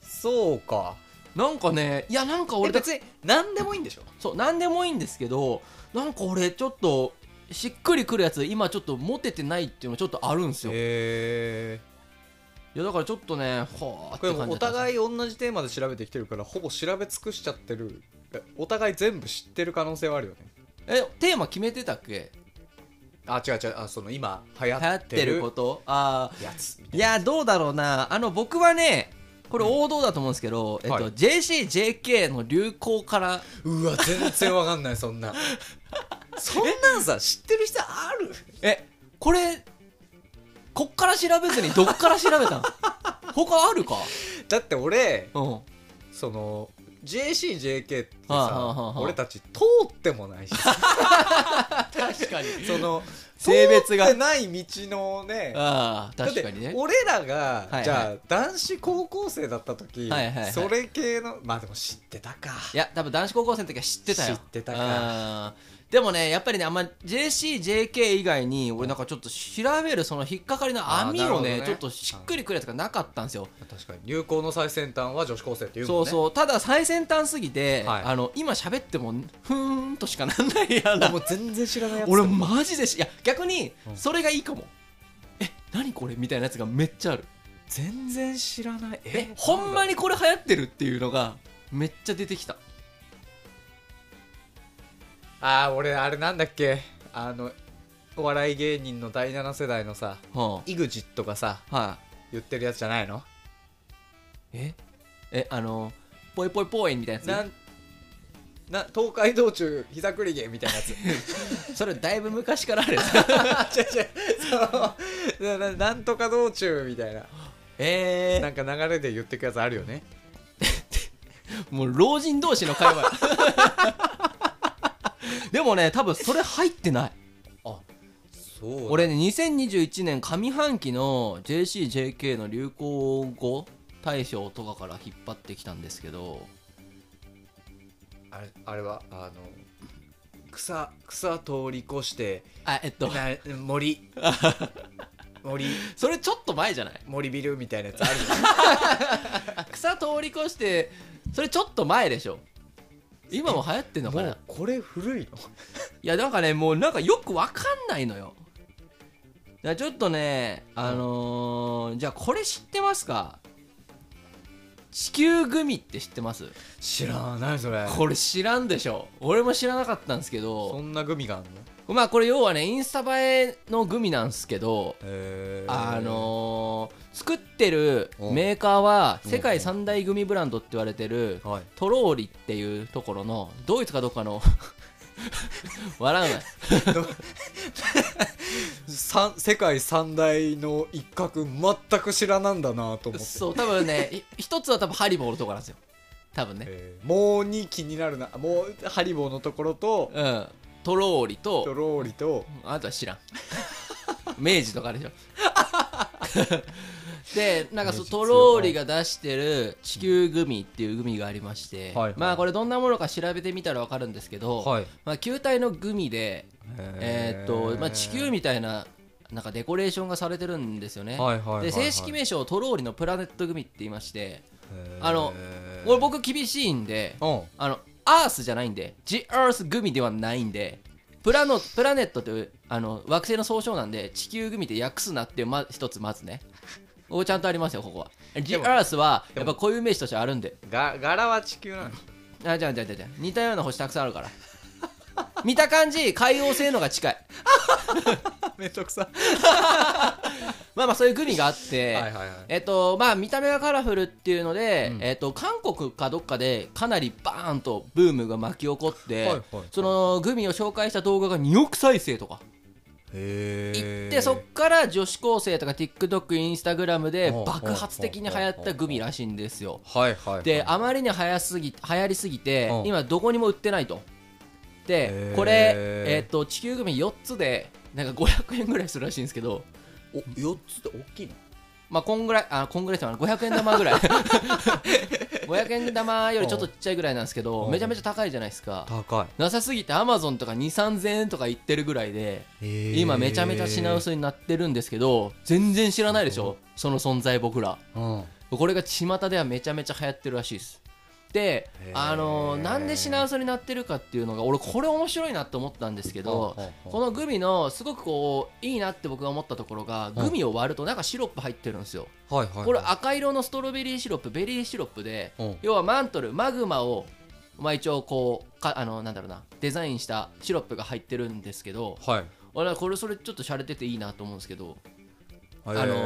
Speaker 1: そうか
Speaker 2: なんかねいやなんか
Speaker 1: 俺
Speaker 2: 俺だ
Speaker 1: 別に何でもいいんでしょ
Speaker 2: そう何でもいいんですけどなんか俺ちょっとしっくりくるやつ今ちょっとモテてないっていうのちょっとあるんですよ
Speaker 1: へえ
Speaker 2: いやだからちょっとねほーっ
Speaker 1: これ
Speaker 2: て
Speaker 1: も
Speaker 2: 感
Speaker 1: う
Speaker 2: じ
Speaker 1: お互い同じテーマで調べてきてるからほぼ調べ尽くしちゃってるえお互い全部知ってる可能性はあるよね
Speaker 2: えテーマ決めてたっけ
Speaker 1: あ違う違うあその今流行
Speaker 2: 流行っ
Speaker 1: って
Speaker 2: てるこ
Speaker 1: る
Speaker 2: とああ
Speaker 1: やつみた
Speaker 2: いやどうだろうなあの僕はねこれ王道だと思うんですけど、えっと
Speaker 1: はい
Speaker 2: JCJK の流行から
Speaker 1: いなうわ全然わかんないそん なそんなんさ知ってる人ある
Speaker 2: えこれこっから調べずにどっから調べ たの他あるか
Speaker 1: だって俺
Speaker 2: うんは
Speaker 1: その JCJK ってさ、
Speaker 2: はあはあはあはあ
Speaker 1: 俺たち通ってもないし
Speaker 2: 確かに
Speaker 1: その
Speaker 2: 性別が
Speaker 1: 通ってない道のね
Speaker 2: ああ
Speaker 1: だっ
Speaker 2: 確
Speaker 1: て
Speaker 2: かにね
Speaker 1: 俺らが、
Speaker 2: いはい
Speaker 1: じゃあ男子高校生だった時、
Speaker 2: はいはいはい
Speaker 1: それ系のまあでも知ってたか
Speaker 2: いや多分男子高校生の時は知ってたよ
Speaker 1: 知ってたか
Speaker 2: かでもねやっぱりねあんま JCJK 以外に俺なんかちょっと調べるその引っかかりの網
Speaker 1: あーなる
Speaker 2: を
Speaker 1: ほど
Speaker 2: ね
Speaker 1: ね
Speaker 2: ちょっとしっくりくるやつがなかったんですよ、
Speaker 1: 確かに流行の最先端は女子高生っていうも
Speaker 2: そ
Speaker 1: ん
Speaker 2: う
Speaker 1: ね
Speaker 2: そうただ最先端すぎて、
Speaker 1: はい
Speaker 2: あの今喋ってもふーんとしかなんないやな
Speaker 1: もう全然知らないやつ
Speaker 2: 俺マジでしいや逆に
Speaker 1: うん
Speaker 2: それがいいかも、え何これみたいなやつがめっちゃある
Speaker 1: 全然知らない
Speaker 2: えほんまにこれ流行ってるっていうのがめっちゃ出てきた
Speaker 1: ああ俺あれなんだっけあのお笑い芸人の第7世代のさ
Speaker 2: は
Speaker 1: EXIT がさ
Speaker 2: あ、はい
Speaker 1: 言ってるやつじゃないの
Speaker 2: ええあのぽいぽいぽいみたいな
Speaker 1: な
Speaker 2: や
Speaker 1: んな東海道中膝栗毛みたいなやつ
Speaker 2: つそれだいぶ昔からある
Speaker 1: 違う違うそうなななんとか道中みたいな
Speaker 2: え
Speaker 1: なんか流れで言ってくやつあるよね
Speaker 2: ー、 もう老人同士の会 話でもね多分それ入ってない
Speaker 1: あそう俺
Speaker 2: 俺ね2021年上半期の JCJK の流行語大賞とかから引っ張ってきたんですけど
Speaker 1: あれあれはあの草草通り越して
Speaker 2: あえっと
Speaker 1: な 森森
Speaker 2: それちょっと前じゃない
Speaker 1: 森ビルみたいなやつある
Speaker 2: 草通り越してそれちょっと前でしょ今も流行ってんのか
Speaker 1: も
Speaker 2: ないう
Speaker 1: これ古いの
Speaker 2: やなんかねもうなんかよくわかんないのよいやちょっとねあのーじゃあこれ知ってますか地球グミって知ってます
Speaker 1: 知らないそれ
Speaker 2: これ知らんでしょ俺も知らなかったんですけ
Speaker 1: そ
Speaker 2: ど
Speaker 1: んなグミがあるの
Speaker 2: まあこれ要はねインスタ映えのグミなんですけど
Speaker 1: へー
Speaker 2: あのー作ってる
Speaker 1: うん
Speaker 2: メーカーは
Speaker 1: うん
Speaker 2: 世界三大グミブランドって言われてる
Speaker 1: はい
Speaker 2: トローリっていうところのドイツかどっかの笑うな
Speaker 1: 三世界三大の一角全く知らなんだなと思って
Speaker 2: そう多分ねい一つは多分ハリボーのところなんですよ多分ね、
Speaker 1: えーもうに気になるなもうハリボーのところと
Speaker 2: うんトローリ
Speaker 1: と
Speaker 2: と
Speaker 1: ろーりと
Speaker 2: あとは知らん 明治とかあるでしょ でなんかそ
Speaker 1: 明
Speaker 2: う
Speaker 1: 治
Speaker 2: トローリが出してる地球グミっていうグミがありまして、
Speaker 1: はいはい
Speaker 2: まあこれどんなものか調べてみたら分かるんですけど、
Speaker 1: い
Speaker 2: まあ、球体のグミで、えーっとまあ、地球
Speaker 1: み
Speaker 2: みたいななんかデコレーションがされてるんですよね、
Speaker 1: はいはいはいはい
Speaker 2: で正式名称トローリのプラネット組って言いましてあの
Speaker 1: へー
Speaker 2: 俺僕厳しいんで
Speaker 1: うん
Speaker 2: あのアースじゃないんで The Earth 組ではないんでプラのプラネットというあの惑星の総称なんで地球組で訳すなっていう、ま、一つまずねここちゃんとありますよここは The
Speaker 1: でも
Speaker 2: Earth は
Speaker 1: で
Speaker 2: やっ
Speaker 1: も
Speaker 2: ぱ固有名詞としてあるんで
Speaker 1: が柄は地球なの
Speaker 2: あじゃあじゃあじゃあじゃあ似たような星たくさんあるから見た感じ海王星のが近い
Speaker 1: めんどくさ
Speaker 2: まあまあそういうグミがあって、
Speaker 1: はいはいはい
Speaker 2: えっとまあ、見た目がカラフルっていうので、
Speaker 1: うん
Speaker 2: えっと、韓国かどっかでかなりバーンとブームが巻き起こって、
Speaker 1: はいはいはい
Speaker 2: そのグミを紹介した動画が2億再生とかい
Speaker 1: へ
Speaker 2: ってそっから女子高生とか TikTok、インスタグラムで
Speaker 1: ほうほう
Speaker 2: 爆発的に流行ったグミらしいんですよ。
Speaker 1: はいはいはい
Speaker 2: であまりに早すぎ流行りすぎて
Speaker 1: うん
Speaker 2: 今どこにも売ってないと。で
Speaker 1: へー
Speaker 2: これ、えっと地球グミ4つでなんか500円ぐらいするらしいんですけど。
Speaker 1: お4つって大きいの
Speaker 2: まあ、こんぐらい、あ、こんぐらいじゃない、500円玉ぐらい。500円玉よりちょっとちっちゃいぐらいなんですけど、
Speaker 1: うん
Speaker 2: めちゃめちゃ高いじゃないですか。
Speaker 1: 高
Speaker 2: なさすぎて、アマゾンとか2、3000円とか行ってるぐらいで、
Speaker 1: い
Speaker 2: 今めちゃめちゃ品薄になってるんですけど、全然知らないでしょ、その存在僕ら。
Speaker 1: うん
Speaker 2: これが巷ではめちゃめちゃ流行ってるらしいです。って
Speaker 1: へー
Speaker 2: あのなんで品薄になってるかっていうのが俺これ面白いなと思ったんですけど
Speaker 1: ほうほうほう
Speaker 2: このグミのすごくこういいなって僕が思ったところがグミを割るとなんかシロップ入ってるんですよ
Speaker 1: はいはいはい
Speaker 2: これ赤色のストロベリーシロップベリーシロップで
Speaker 1: うん
Speaker 2: 要はマントルマグマをまあ一応こうかあのなんだろうなデザインしたシロップが入ってるんですけど
Speaker 1: はい
Speaker 2: 俺はこれそれちょっと洒落てていいなと思うんですけど
Speaker 1: あ
Speaker 2: の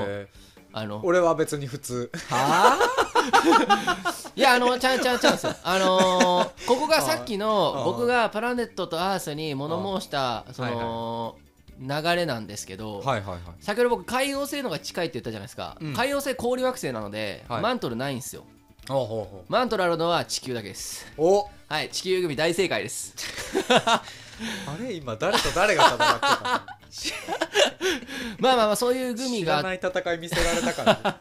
Speaker 2: あの
Speaker 1: 俺は別に普通
Speaker 2: はあいやあのちゃんちゃんちゃうんですよあの ーここがさっき
Speaker 1: あ
Speaker 2: の
Speaker 1: あ
Speaker 2: 僕がプラネットとアースに物申したそ
Speaker 1: はい
Speaker 2: の流れなんですけど、
Speaker 1: はいはいはい
Speaker 2: 先ほど僕海洋星の方が近いって言ったじゃないですか、
Speaker 1: うん
Speaker 2: 海洋星氷惑星なので、
Speaker 1: はい
Speaker 2: マントルないんですよ
Speaker 1: おほ
Speaker 2: マントルあるのは地球だけです
Speaker 1: うほうお
Speaker 2: はい地球組大正解です
Speaker 1: あれ今誰と誰が戦ってた
Speaker 2: まあまあまあそういう
Speaker 1: の
Speaker 2: グミ
Speaker 1: 知
Speaker 2: が
Speaker 1: らない戦い見せられたから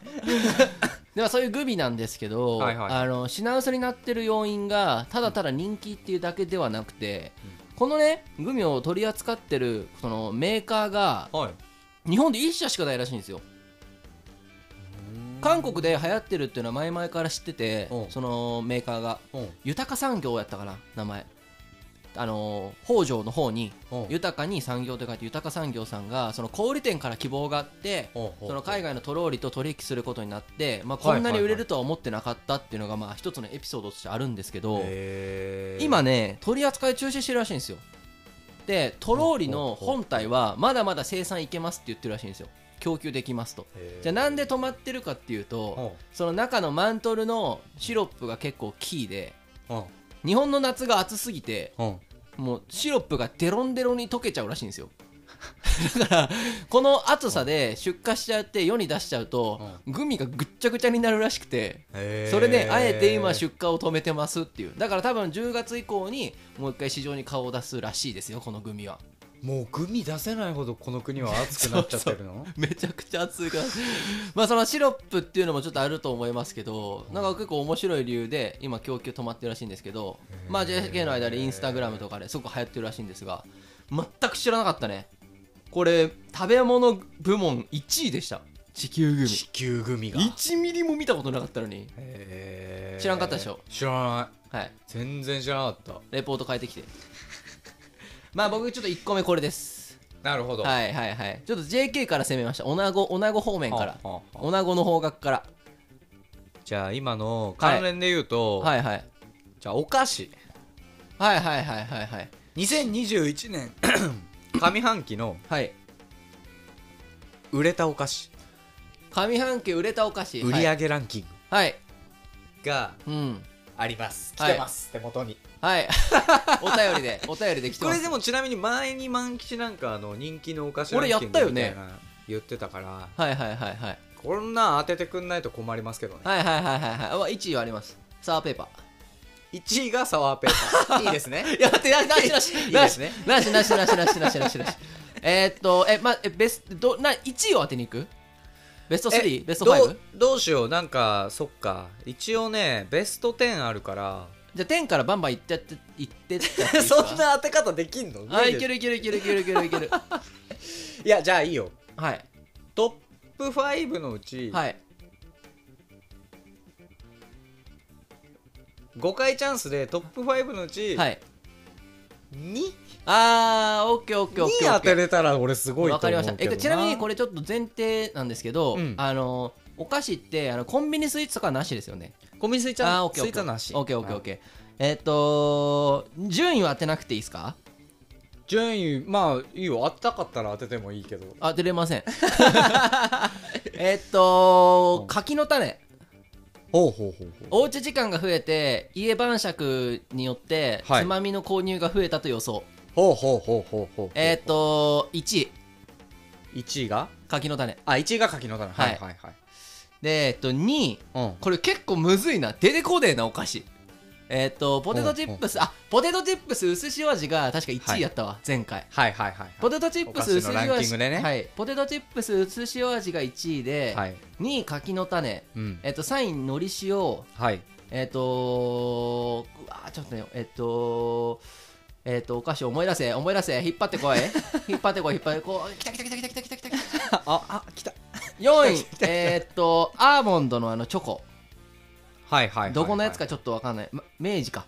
Speaker 2: ではそういうグミなんですけど、
Speaker 1: はいはい
Speaker 2: あの品薄になってる要因がただただ人気っていうだけではなくて、このねグミを取り扱ってるそのメーカーが
Speaker 1: はい
Speaker 2: 日本で1社しかないらしいんですよ韓国で流行ってるっていうのは前々から知ってて
Speaker 1: うん
Speaker 2: そのメーカーが
Speaker 1: うん
Speaker 2: 豊か産業やったかな名前あの北条の方に
Speaker 1: うん
Speaker 2: 豊かに産業と書いて豊か産業さんがその小売店から希望があって
Speaker 1: ほうほうほう
Speaker 2: その海外のトローリと取引することになって、まあ、こんなに売れるとは思ってなかったっていうのがまあ一つのエピソードとしてあるんですけど、
Speaker 1: へー
Speaker 2: 今ね取り扱い中止してるらしいんですよでトローリの本体はまだまだ生産いけますって言ってるらしいんですよ供給できますと
Speaker 1: へー
Speaker 2: じゃあなんで止まってるかっていう
Speaker 1: うん
Speaker 2: とその中のマントルのシロップが結構キーで日本の夏が暑すぎて
Speaker 1: うんうん
Speaker 2: もうシロップがデロンデロに溶けちゃうらしいんですよ だからこの暑さで出荷しちゃって世に出しちゃうとグミがぐっちゃぐちゃになるらしくて
Speaker 1: へー
Speaker 2: それであえて今出荷を止めてますっていうだから多分10月以降にもう一回市場に顔を出すらしいですよこのグミは
Speaker 1: もうグミ出せないほどこの国は熱くなっちゃってるの
Speaker 2: めちゃくちゃ暑いから まあそのシロップっていうのもちょっとあると思いますけどなんか結構面白い理由で今供給止まってるらしいんですけどまあ JFK の間でインスタグラムとかですごく流行ってるらしいんですが全く知らなかったねこれ食べ物部門1位でした地球グミ
Speaker 1: 地球グミが
Speaker 2: 1ミリも見たことなかったのに
Speaker 1: へー
Speaker 2: 知らんかったでしょ
Speaker 1: 知らない
Speaker 2: はい
Speaker 1: 全然知らなかった
Speaker 2: レポート変え てきてまあ僕ちょっと1個目これです
Speaker 1: なるほど
Speaker 2: はいはいはいちょっと JK から攻めました女子女子方面から
Speaker 1: はあはあ
Speaker 2: 女子の方角から
Speaker 1: じゃあ今の関連で言うと、
Speaker 2: はいはい
Speaker 1: じゃあお菓子
Speaker 2: はいはいはいはいはい
Speaker 1: 2021年 上半期の
Speaker 2: はい
Speaker 1: 売れたお菓子
Speaker 2: 上半期売れたお菓子
Speaker 1: 売上ランキン
Speaker 2: はい、はい、
Speaker 1: グが
Speaker 2: うん
Speaker 1: あります、
Speaker 2: はい
Speaker 1: 来てます、手元に
Speaker 2: はい お便 りでお便りで来て
Speaker 1: こ
Speaker 2: ま
Speaker 1: れ
Speaker 2: す
Speaker 1: でもちなみに前に満吉なんかあの人気のお菓子ラン
Speaker 2: 俺や
Speaker 1: キ
Speaker 2: っ
Speaker 1: ン
Speaker 2: た
Speaker 1: グ
Speaker 2: よ
Speaker 1: みた
Speaker 2: ね
Speaker 1: いな言ってたから
Speaker 2: はいはいはいはい
Speaker 1: こんなん当ててくんないと困りますけどね
Speaker 2: はいはいはいはいはいあわ1位はありますサワーペーパ
Speaker 1: 1位がサワーペーパー いいですね
Speaker 2: ーいや待ってななしな し
Speaker 1: いい
Speaker 2: な
Speaker 1: で
Speaker 2: し
Speaker 1: すね
Speaker 2: なしなしなしなしなしなしな しえーっとえまえベスどな1位を当てにいくベスト
Speaker 1: え
Speaker 2: 3? ベスト
Speaker 1: ど
Speaker 2: 5?
Speaker 1: うどうしようなんかそっか一応ねベスト10あるから
Speaker 2: じゃあ天からバンバン行ってやって行ってっちゃっていいです か
Speaker 1: そんな当て方できんの
Speaker 2: あいけるいけるいけるいけるいけるいける
Speaker 1: いやじゃあいいよ
Speaker 2: はい
Speaker 1: トップ5のうち、
Speaker 2: はい
Speaker 1: 5回チャンスでトップ5のうち、
Speaker 2: はい
Speaker 1: 2
Speaker 2: あーオッケーオッケーオッ
Speaker 1: に
Speaker 2: ケーオ
Speaker 1: 当
Speaker 2: ッケ
Speaker 1: て
Speaker 2: ー
Speaker 1: れたら俺すごいと思
Speaker 2: わ
Speaker 1: う
Speaker 2: か
Speaker 1: け
Speaker 2: り
Speaker 1: ど
Speaker 2: ましたえちなみにこ
Speaker 1: れ
Speaker 2: れちょっと前提なんですけど、
Speaker 1: うん
Speaker 2: あのお菓子ってあのコンビニスイーツとかはなしですよね
Speaker 1: コミスイち
Speaker 2: あ
Speaker 1: ゃ
Speaker 2: ー
Speaker 1: ん
Speaker 2: オッケー
Speaker 1: スイちゃんなし
Speaker 2: オッケーオッケーオッケーえっ、と順位は当てなくていいですか
Speaker 1: 順位まあいいよ当てたかったら当ててもいいけど
Speaker 2: 当てれませ んえっと柿の種
Speaker 1: ほうほうほうほう
Speaker 2: おうち時間が増えて家晩酌によって
Speaker 1: はい
Speaker 2: つまみの購入が増えたと予想、
Speaker 1: ほうほうほうほうほう
Speaker 2: えっ、と1位
Speaker 1: 1位が
Speaker 2: 柿の種
Speaker 1: あ1位が柿の種
Speaker 2: は
Speaker 1: はいいはいはい、
Speaker 2: でえっ、と2位
Speaker 1: うん
Speaker 2: これ結構むずいな出てこねえなお菓子えっ、とポテトチップスあポテトチップス薄塩味が確か1位やったわ、前回
Speaker 1: はいはいはい
Speaker 2: ポテトチップス
Speaker 1: お菓子
Speaker 2: 薄
Speaker 1: の
Speaker 2: 塩
Speaker 1: ラン
Speaker 2: 味
Speaker 1: キングでね
Speaker 2: はい、ポテトチップス薄塩味が1位で、
Speaker 1: はい
Speaker 2: 2位柿の種、
Speaker 1: うん
Speaker 2: えっと3位のり塩
Speaker 1: はい
Speaker 2: えっとうわーちょっとねえっとえっとお菓子思い出せ思い出せ引っ張ってこい 引っ張ってこい引っ張ってこい来た来た来た来た来た来た来た
Speaker 1: ああ来た
Speaker 2: 4位えっとアーモンドのあのチョコ
Speaker 1: はいはいはいはい
Speaker 2: どこのやつかちょっとわかんない、ま明治か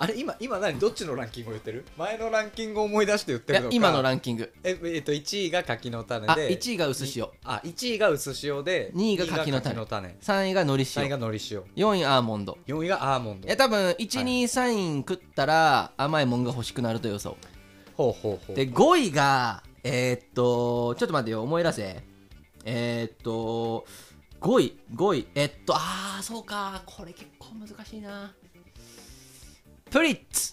Speaker 1: あれ今今何どっちのランキングを言ってる前のランキングを思い出して言っ
Speaker 2: い
Speaker 1: てる
Speaker 2: や
Speaker 1: のか
Speaker 2: 今の
Speaker 1: ン
Speaker 2: ランキング
Speaker 1: ええっと1位が柿の種
Speaker 2: あ
Speaker 1: で
Speaker 2: 1位が薄塩
Speaker 1: あ1位が薄塩で
Speaker 2: 二位が柿の種
Speaker 1: 二位が種
Speaker 2: 3位が海苔
Speaker 1: 3位
Speaker 2: 塩
Speaker 1: が海苔塩
Speaker 2: 4位アーモンド
Speaker 1: 4位がアーモンド
Speaker 2: いや多分123位食ったら甘いもんが欲しくなると予想
Speaker 1: ほうほうほう
Speaker 2: で5位がえーっとちょっと待ってよ思い出せえーっと5位5位えっとあーそうかこれ結構難しいなプリッツ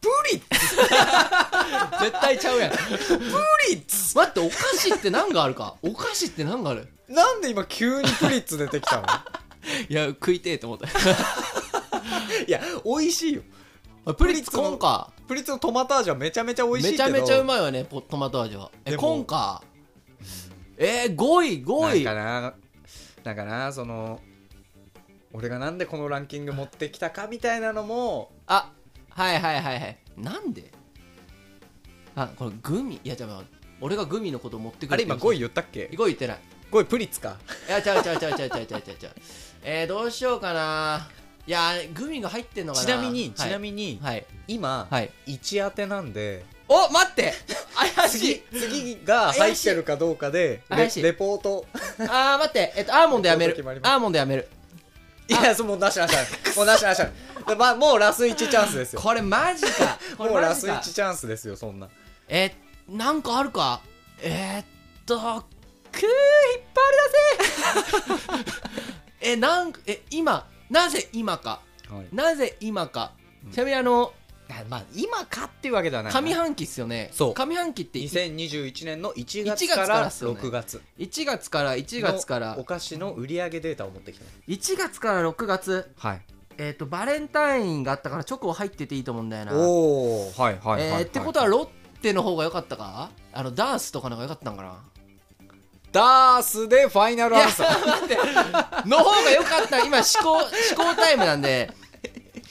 Speaker 1: プリッ
Speaker 2: 絶対ちゃ うやん
Speaker 1: プリッツ
Speaker 2: 待ってお菓子って何があるかお菓子って何がある
Speaker 1: なんで今急にプリッツ出てきたの
Speaker 2: いや食いてえと思った
Speaker 1: いや美味しいよ
Speaker 2: あプリッツコンか
Speaker 1: プリッツのトマト味はめちゃめちゃ美味しい
Speaker 2: め
Speaker 1: け
Speaker 2: ち
Speaker 1: ど
Speaker 2: ゃめちゃうまいわねポトマト味はえ
Speaker 1: でも
Speaker 2: コンかえー、5位5位
Speaker 1: なんかななんかなその俺がなんでこのランキング持ってきたかみたいなのも
Speaker 2: あはいはいはいはいなんであこれグミいやじゃあ俺がグミのこと持ってくる
Speaker 1: あれ今5
Speaker 2: 位
Speaker 1: 位言ったっけ
Speaker 2: 5位言ってない
Speaker 1: 5位プリッツか
Speaker 2: いやちゃうちゃうちゃうちゃうちゃうちゃうちゃうちゃうえー、どうしようかないやグミが入ってんのかな
Speaker 1: ちなみにちな
Speaker 2: に
Speaker 1: みに
Speaker 2: はい
Speaker 1: 今
Speaker 2: はい
Speaker 1: 1当てなんで
Speaker 2: お待って怪しい
Speaker 1: 次次が入ってるかどうかでレ
Speaker 2: 怪しい
Speaker 1: レポート
Speaker 2: あー待ってえっとアーモンドやめる
Speaker 1: 決まります
Speaker 2: アーモンドやめる
Speaker 1: いやそうもうなしなしなしもうなしなしなしでまあもうラス1チャンスですよ
Speaker 2: これマジか
Speaker 1: も
Speaker 2: これ
Speaker 1: う
Speaker 2: マ
Speaker 1: ラ
Speaker 2: ジ
Speaker 1: ス
Speaker 2: か
Speaker 1: 1チャンスですよそんな
Speaker 2: えなんかあるかえー、っとくー引っ張り出せ えなんえ今なぜ今か
Speaker 1: はい
Speaker 2: なぜ今か
Speaker 1: うん
Speaker 2: ちなみにあの
Speaker 1: あまあ今かっていうわけではない
Speaker 2: 上半期っすよね
Speaker 1: そう
Speaker 2: 上半期って1
Speaker 1: 2021年の1
Speaker 2: 1
Speaker 1: 月
Speaker 2: 月
Speaker 1: か
Speaker 2: から
Speaker 1: ら
Speaker 2: っすよね
Speaker 1: 6月
Speaker 2: 月から1月から
Speaker 1: のお菓子の売り上げデータを持ってきた
Speaker 2: 1月から6月
Speaker 1: はい
Speaker 2: えーっとバレンタインがあったからチョコ入ってていいと思うんだよな
Speaker 1: おおはいはいはい
Speaker 2: え
Speaker 1: い
Speaker 2: ーってことはロッテの方が良かったかあのダースとかの方が良かったんかな
Speaker 1: ダースでファイナルアンサー
Speaker 2: の方が良かった今思考思考タイムなんで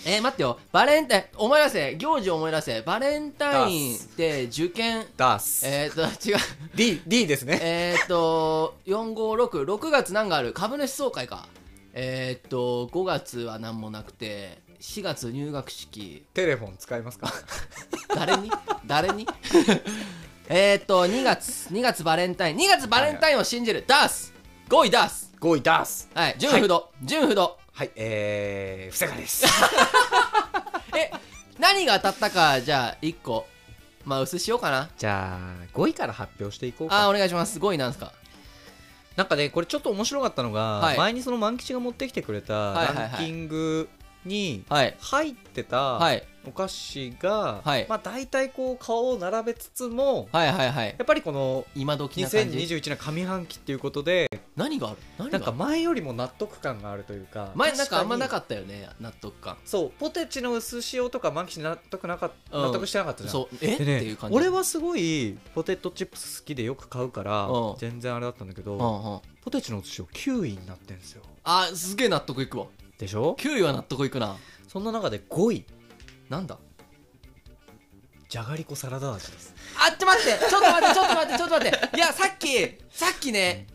Speaker 2: えー、待ってよバレンタイン思い出せ行事を思い出せバレンタインって受験
Speaker 1: ダース
Speaker 2: えー、っと違う
Speaker 1: D, D ですね
Speaker 2: えーっと4566月何がある株主総会かえー、っと5月は何もなくて4月入学式
Speaker 1: テレフォン使いますか
Speaker 2: 誰に誰に えーっと2月2月バレンタイン2月バレンタインを信じるダース5位ダース
Speaker 1: 5位ダース
Speaker 2: はい純不動純不動
Speaker 1: はいえー、不正解です
Speaker 2: え何が当たったかじゃあ1個まあ薄しようかな
Speaker 1: じゃあ5位から発表していこう
Speaker 2: あー
Speaker 1: か
Speaker 2: お願いします5位なんすか
Speaker 1: なんかねこれちょっと面白かったのが、
Speaker 2: はい
Speaker 1: 前にその万吉が持ってきてくれた
Speaker 2: はいはいは
Speaker 1: ラ
Speaker 2: い
Speaker 1: ンキングに
Speaker 2: はい
Speaker 1: 入ってた
Speaker 2: はい
Speaker 1: お菓子が、
Speaker 2: はい
Speaker 1: まあ、大体こう顔を並べつつも
Speaker 2: はいはいはい
Speaker 1: やっぱりこの
Speaker 2: 今時な感じ
Speaker 1: 2021年上半期っていうことで
Speaker 2: 何がある何
Speaker 1: な
Speaker 2: が
Speaker 1: んか前よりも納得感があるというか
Speaker 2: 前なんかあんまなか
Speaker 1: った
Speaker 2: ったよね納得感
Speaker 1: そうポテチの薄塩とかマンキシ納得なかっ
Speaker 2: うん
Speaker 1: 納得してなかったじゃん、
Speaker 2: そうえっ
Speaker 1: で
Speaker 2: て
Speaker 1: ね
Speaker 2: いう感じ
Speaker 1: 俺はすごいポテトチップス好きでよく買うから
Speaker 2: うん
Speaker 1: 全然あれだったんだけ
Speaker 2: う
Speaker 1: ど
Speaker 2: んうん
Speaker 1: ポテチの薄塩9位になってんですよ
Speaker 2: あーすげえ納得いくわ
Speaker 1: でしょ
Speaker 2: 9位は納得いくな
Speaker 1: そんな中で5位
Speaker 2: なんだ
Speaker 1: じゃがりこサラダ味 です
Speaker 2: あちょ待ってちょっと待ってちょっと待ってちょっと待っていやさっきさっきね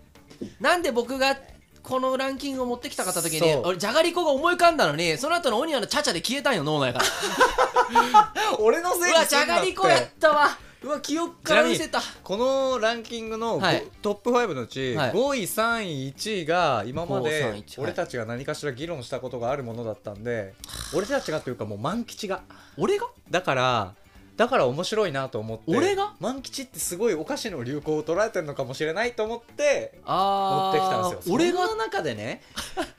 Speaker 2: なんで僕がこのランキングを持ってきたかった時に
Speaker 1: そう
Speaker 2: 俺じゃがりこが思い浮かんだのにその後のオニオンのチャチャで消えたんよ脳内から
Speaker 1: 俺のせいうに
Speaker 2: わじ
Speaker 1: すんな
Speaker 2: ゃ
Speaker 1: って
Speaker 2: がりこやったわうわ記憶から見せた
Speaker 1: このランキングのご、
Speaker 2: はい
Speaker 1: トップ5のうち、
Speaker 2: はい
Speaker 1: 5位3位1位が今ま
Speaker 2: 5 3
Speaker 1: で
Speaker 2: 1
Speaker 1: 俺たちが何かしら議論したことがあるものだったんで、俺たちがというかもう万吉が
Speaker 2: 俺が
Speaker 1: だからだから面白いなと思って
Speaker 2: 俺が
Speaker 1: 万吉ってすごいお菓子の流行を捉えてるのかもしれないと思って持
Speaker 2: あ
Speaker 1: ってきたんですよ
Speaker 2: 俺が
Speaker 1: そんな中でね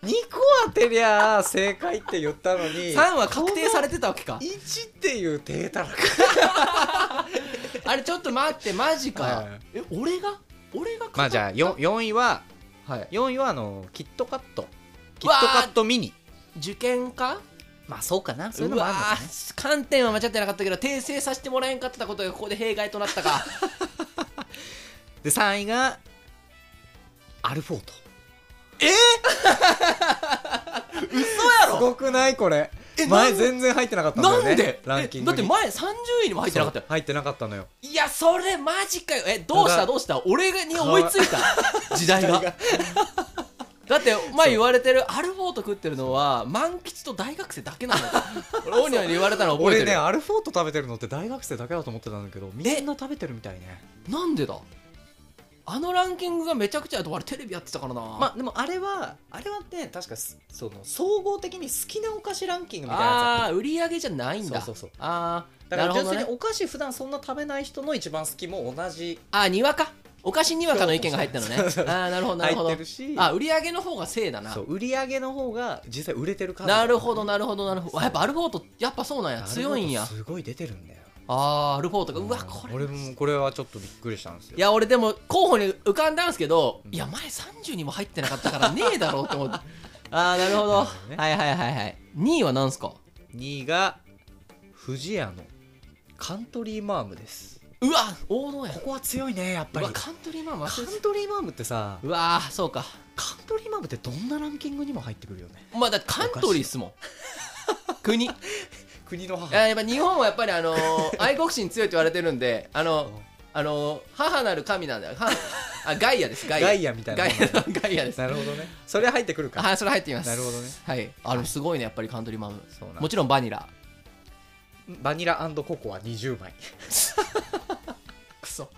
Speaker 1: 2個当てりゃ正解って言ったの に
Speaker 2: 3は確定されてたわけか
Speaker 1: 1っていう低たらか
Speaker 2: あれちょっと待ってマジか
Speaker 1: はい
Speaker 2: え俺が俺が
Speaker 1: まあじゃあ 4, 4位は
Speaker 2: あはい
Speaker 1: 4位はあのキットカットキ
Speaker 2: うわ
Speaker 1: ッ
Speaker 2: ー
Speaker 1: トカットミニ
Speaker 2: 受験か
Speaker 1: まあそうかな
Speaker 2: うわー観点は間違ってなかったけど訂正させてもらえんかったことがここで弊害となったか
Speaker 1: で3位がアルフォート え嘘やろすごくないこれ
Speaker 2: え
Speaker 1: 前
Speaker 2: なん
Speaker 1: 全然入ってなかったんだ
Speaker 2: な
Speaker 1: よね
Speaker 2: んで
Speaker 1: ランキングに
Speaker 2: えだって前30位にも入ってなかったよ
Speaker 1: そう入ってなかったのよ
Speaker 2: いやそれマジかよえどうした
Speaker 1: ただ
Speaker 2: どうした俺に思いついた時代が
Speaker 1: 時代
Speaker 2: だだって前言われてるアルフォート食ってるのは万吉と大学生だけなのよ 俺オニオンに言われたの覚え
Speaker 1: 俺
Speaker 2: てる
Speaker 1: ねアルフォート食べてるのって大学生だけだと思ってたんだけどみんな食べてるみたいね
Speaker 2: なんでだあのランキングがめちゃくちゃあとあれテレビやってたからな
Speaker 1: まあでもあれはあれはね確かすその総合的に好きなお菓子ランキングみたいなやつだった
Speaker 2: ああー売り上げじゃないんだ
Speaker 1: そうそうそう
Speaker 2: ああ
Speaker 1: だか
Speaker 2: なる
Speaker 1: ら
Speaker 2: ほ
Speaker 1: 純
Speaker 2: ど
Speaker 1: 粋に
Speaker 2: ね
Speaker 1: お菓子普段そんな食べない人の一番好きも同じ
Speaker 2: あーにわかお菓子にわかの意見が入ったのねあ
Speaker 1: そうそうそう
Speaker 2: あーなるほどな
Speaker 1: 入
Speaker 2: るほ
Speaker 1: っ
Speaker 2: ど
Speaker 1: てるし
Speaker 2: あ売り上げの方がせいだな
Speaker 1: そう売り上げの方が実際売れてる数
Speaker 2: なるほどなるほどなるほどあやっぱアルフォートやっぱそうなんや強いんや
Speaker 1: すごい出てるんだよ
Speaker 2: あーアルフォートがうわこれ
Speaker 1: 俺もこれはちょっとびっくりしたんですよ
Speaker 2: いや俺でも候補に浮かんだんですけど、
Speaker 1: うん
Speaker 2: いや前30にも入ってなかったからねえだろうと 思ってああなるほど
Speaker 1: なるほどね
Speaker 2: はいはいはいはい2位は何すか
Speaker 1: 2位が藤屋のカントリーマームです
Speaker 2: うわ王道や
Speaker 1: ここは強いねやっ
Speaker 2: う
Speaker 1: ぱり
Speaker 2: わカントリーマン忘
Speaker 1: カ
Speaker 2: れてた
Speaker 1: ントリーマームってさ
Speaker 2: うわーそうか
Speaker 1: カントリーマームってどんなランキングにも入ってくるよね
Speaker 2: まあだってカントリーっすもん 国あ
Speaker 1: 国の母
Speaker 2: やっぱ日本はやっぱりあの ー愛国心強いと言われてるんであのあのー母なる神なんだよはあガイアですガイア
Speaker 1: ガイアみたいな
Speaker 2: ガイアガイアです
Speaker 1: なるほどねそれ入ってくるか
Speaker 2: はいそれ入ってみます
Speaker 1: なるほどね
Speaker 2: はいあのすごいねやっぱりカントリーマン
Speaker 1: そうなん
Speaker 2: もちろんバニラ
Speaker 1: バニラココア20枚
Speaker 2: クソ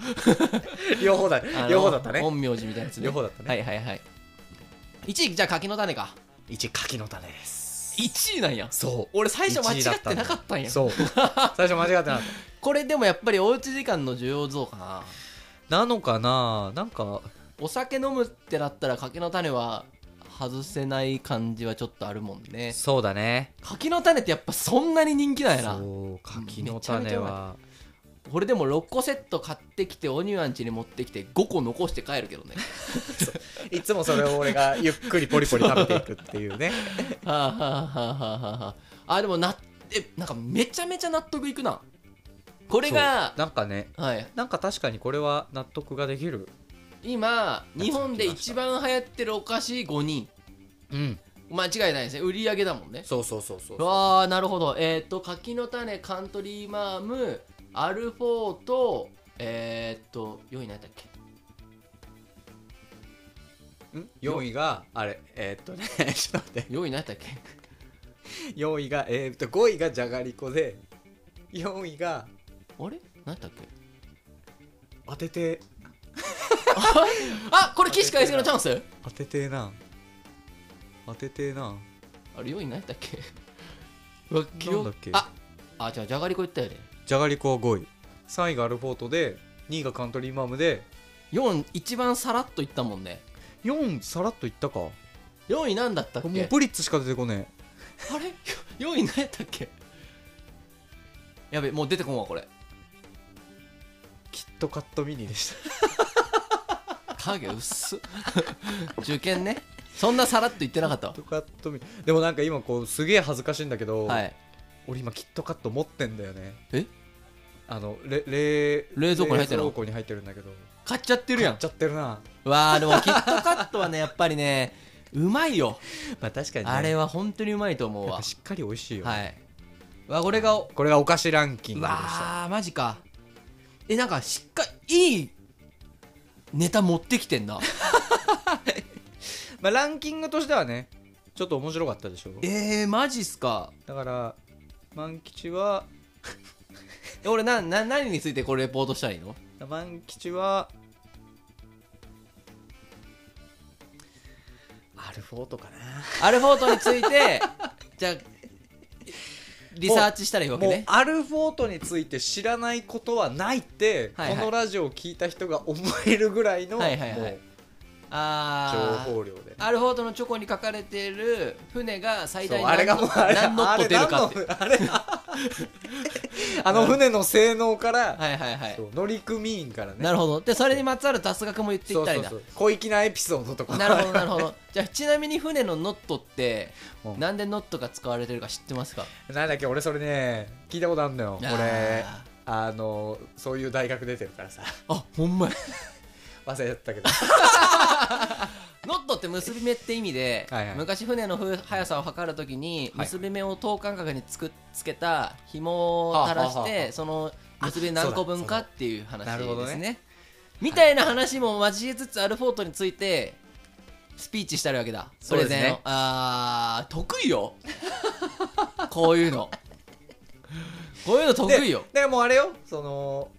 Speaker 1: 両方だ
Speaker 2: あの
Speaker 1: 両方だったね
Speaker 2: 陰陽師みたいなやつね
Speaker 1: 両方だったね
Speaker 2: はいはいはい1位じゃあ柿の種か
Speaker 1: 1位柿の種です
Speaker 2: 1位なんや
Speaker 1: そう
Speaker 2: 俺最初間違ってなかったんや
Speaker 1: そう最初間違ってなか っ
Speaker 2: これでもやっぱりおうち時間の需要増かな
Speaker 1: たなのかななんか
Speaker 2: お酒飲むってなったら柿の種は外せない感じはちょっとあるもんね
Speaker 1: そうだね
Speaker 2: 柿の種ってやっぱそんなに人気なんやな
Speaker 1: そう柿
Speaker 2: め
Speaker 1: の
Speaker 2: ちゃめち
Speaker 1: 種
Speaker 2: ゃう
Speaker 1: は
Speaker 2: 俺でも6個セット買ってきておニュアンチに持ってきて5個残して帰るけどね
Speaker 1: いつもそれを俺がゆっくりポリポリ食べていくっていう ね
Speaker 2: はあはあはあはあはああでもなえなんかめちゃめちゃ納得いくなこれが
Speaker 1: そうなんかね
Speaker 2: はい
Speaker 1: なんか確かにこれは納得ができる
Speaker 2: 今
Speaker 1: やつ
Speaker 2: 日本で一番流行ってるお菓子5人
Speaker 1: うん
Speaker 2: 間違いないですね売り上げだもんね
Speaker 1: そうそうそうそう
Speaker 2: わあなるほどえっ、と柿の種カントリーマームアルフォーとえっ、と4位何だっけ
Speaker 1: 4位があれえーっとね ちょっと待って
Speaker 2: 4位何だっけ
Speaker 1: 4位がえーっと5位がじゃがりこで4位が
Speaker 2: あれ何だっけ
Speaker 1: 当てて
Speaker 2: あこれ起死回生のチャンス
Speaker 1: 当ててえな当ててえな
Speaker 2: あれ4位何だっけうわ記
Speaker 1: なんだ
Speaker 2: 憶
Speaker 1: っけ
Speaker 2: ああ違うじゃがりこ言ったよね
Speaker 1: じゃがりこは5位3位がアルフォートで2位がカントリーマームで
Speaker 2: 4一番さらっといったもんね
Speaker 1: 4さらっといったかも
Speaker 2: 4位何だったっ
Speaker 1: う
Speaker 2: け
Speaker 1: ブリッツしか出てこね
Speaker 2: あれ ?4 位何やったっけやべもう出てこんわこれ
Speaker 1: えキットカットミニでした
Speaker 2: 影薄っ 受験ねそんなさらっと言ってなかったわ
Speaker 1: キットカットミニでもなんか今こうすげえ恥ずかしいんだけど、
Speaker 2: はい
Speaker 1: 俺今キットカット持ってんだよね
Speaker 2: え
Speaker 1: あのれ冷
Speaker 2: 冷蔵庫に入ってるの
Speaker 1: 冷蔵庫に入ってるんだけど
Speaker 2: 買っちゃってるや
Speaker 1: 買っちゃってるな、
Speaker 2: んわあでもキットカットはねやっぱりねうまいよ
Speaker 1: まあ、確かに、ね、
Speaker 2: あれは本当にうまいと思う
Speaker 1: やっ
Speaker 2: わ
Speaker 1: ぱしっかり美味しいよ、
Speaker 2: はいわこれがお
Speaker 1: これがお菓子ランキング
Speaker 2: う
Speaker 1: でした
Speaker 2: わーマジかえなんかしっかりいいネタ持ってきて んな
Speaker 1: まあ、ランキングとしてはねちょっと面白かったでしょ
Speaker 2: えー、マジっすか
Speaker 1: だから万吉は
Speaker 2: え俺なな何についてこれレポートしたらいいの
Speaker 1: 万吉はアルフォートか
Speaker 2: アルフォートにつ いてじゃあリサーチしたらいい
Speaker 1: な
Speaker 2: わけ
Speaker 1: もう
Speaker 2: ね
Speaker 1: アルフォートについて知らないことはないって、
Speaker 2: はいはい
Speaker 1: このラジオを聞いた人が思えるぐらいの、
Speaker 2: はいはいはい
Speaker 1: もう
Speaker 2: あ
Speaker 1: 情
Speaker 2: あ
Speaker 1: 報量で
Speaker 2: アルフォートのチョコに書かれてる船が最
Speaker 1: そう
Speaker 2: 大
Speaker 1: あれがもうあれ
Speaker 2: 何ノット出るかっていう
Speaker 1: あれ何のあれあの船の性能から、
Speaker 2: はいはいはい、
Speaker 1: そう乗組員からね
Speaker 2: なるほどでそれにまつわる雑学も言ってい
Speaker 1: そ
Speaker 2: っ
Speaker 1: う
Speaker 2: たら
Speaker 1: そ
Speaker 2: いいうな
Speaker 1: そう小粋なエピソードとか
Speaker 2: なるほどなるほどじゃあちなみに船のノットって
Speaker 1: うん
Speaker 2: なんでノットが使われてるか知ってますか
Speaker 1: なんだっけ俺それね聞いたことあるのよ
Speaker 2: あー
Speaker 1: 俺あのそういう大学出てるからさ
Speaker 2: あほんまや
Speaker 1: 忘れちゃったけ ど
Speaker 2: ノットって結び目って意味で
Speaker 1: はいはい
Speaker 2: 昔船のふ速さを測るときに
Speaker 1: はい
Speaker 2: 結び目を等間隔につくつけた紐を垂ら
Speaker 1: はあ
Speaker 2: し
Speaker 1: はあは
Speaker 2: て
Speaker 1: あ
Speaker 2: その結び目何個分
Speaker 1: あ
Speaker 2: か
Speaker 1: そうだそうだ
Speaker 2: っていう話
Speaker 1: なるほ
Speaker 2: で
Speaker 1: ど
Speaker 2: す
Speaker 1: ね
Speaker 2: ねみたいな話も交えつつアルフォートについてスピーチしたるわけだプ
Speaker 3: そう
Speaker 2: レ
Speaker 3: ですね
Speaker 2: ゼンを、あー得意よ こういうのこういうの得意よ
Speaker 1: ででもうあれよその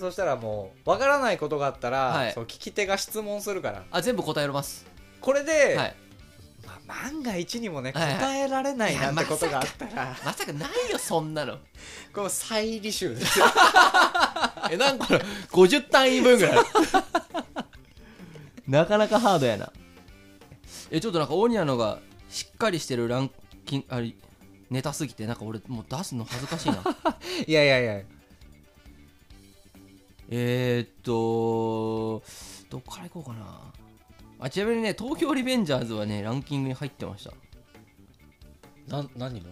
Speaker 1: そしたらもうわからないことがあったら、
Speaker 2: はい
Speaker 1: その聞き手が質問するから
Speaker 2: あ全部答えれます
Speaker 1: これで、
Speaker 2: はい
Speaker 1: まあ万が一にもね
Speaker 2: はいはい
Speaker 1: 答えられないなん
Speaker 2: いや
Speaker 1: てことがあったら、
Speaker 2: まさかないよそんなの
Speaker 3: これも再履修ですよ
Speaker 2: えなんか50単位分ぐらい なかなかハードやなえちょっとなんかオニアのがしっかりしてるランキングあれネタすぎてなんか俺もう出すの恥ずか しいな
Speaker 1: いやいやいや
Speaker 2: えーっとどっから行こうかなあちなみにね東京リベンジャーズはねランキングに入ってました
Speaker 3: な何の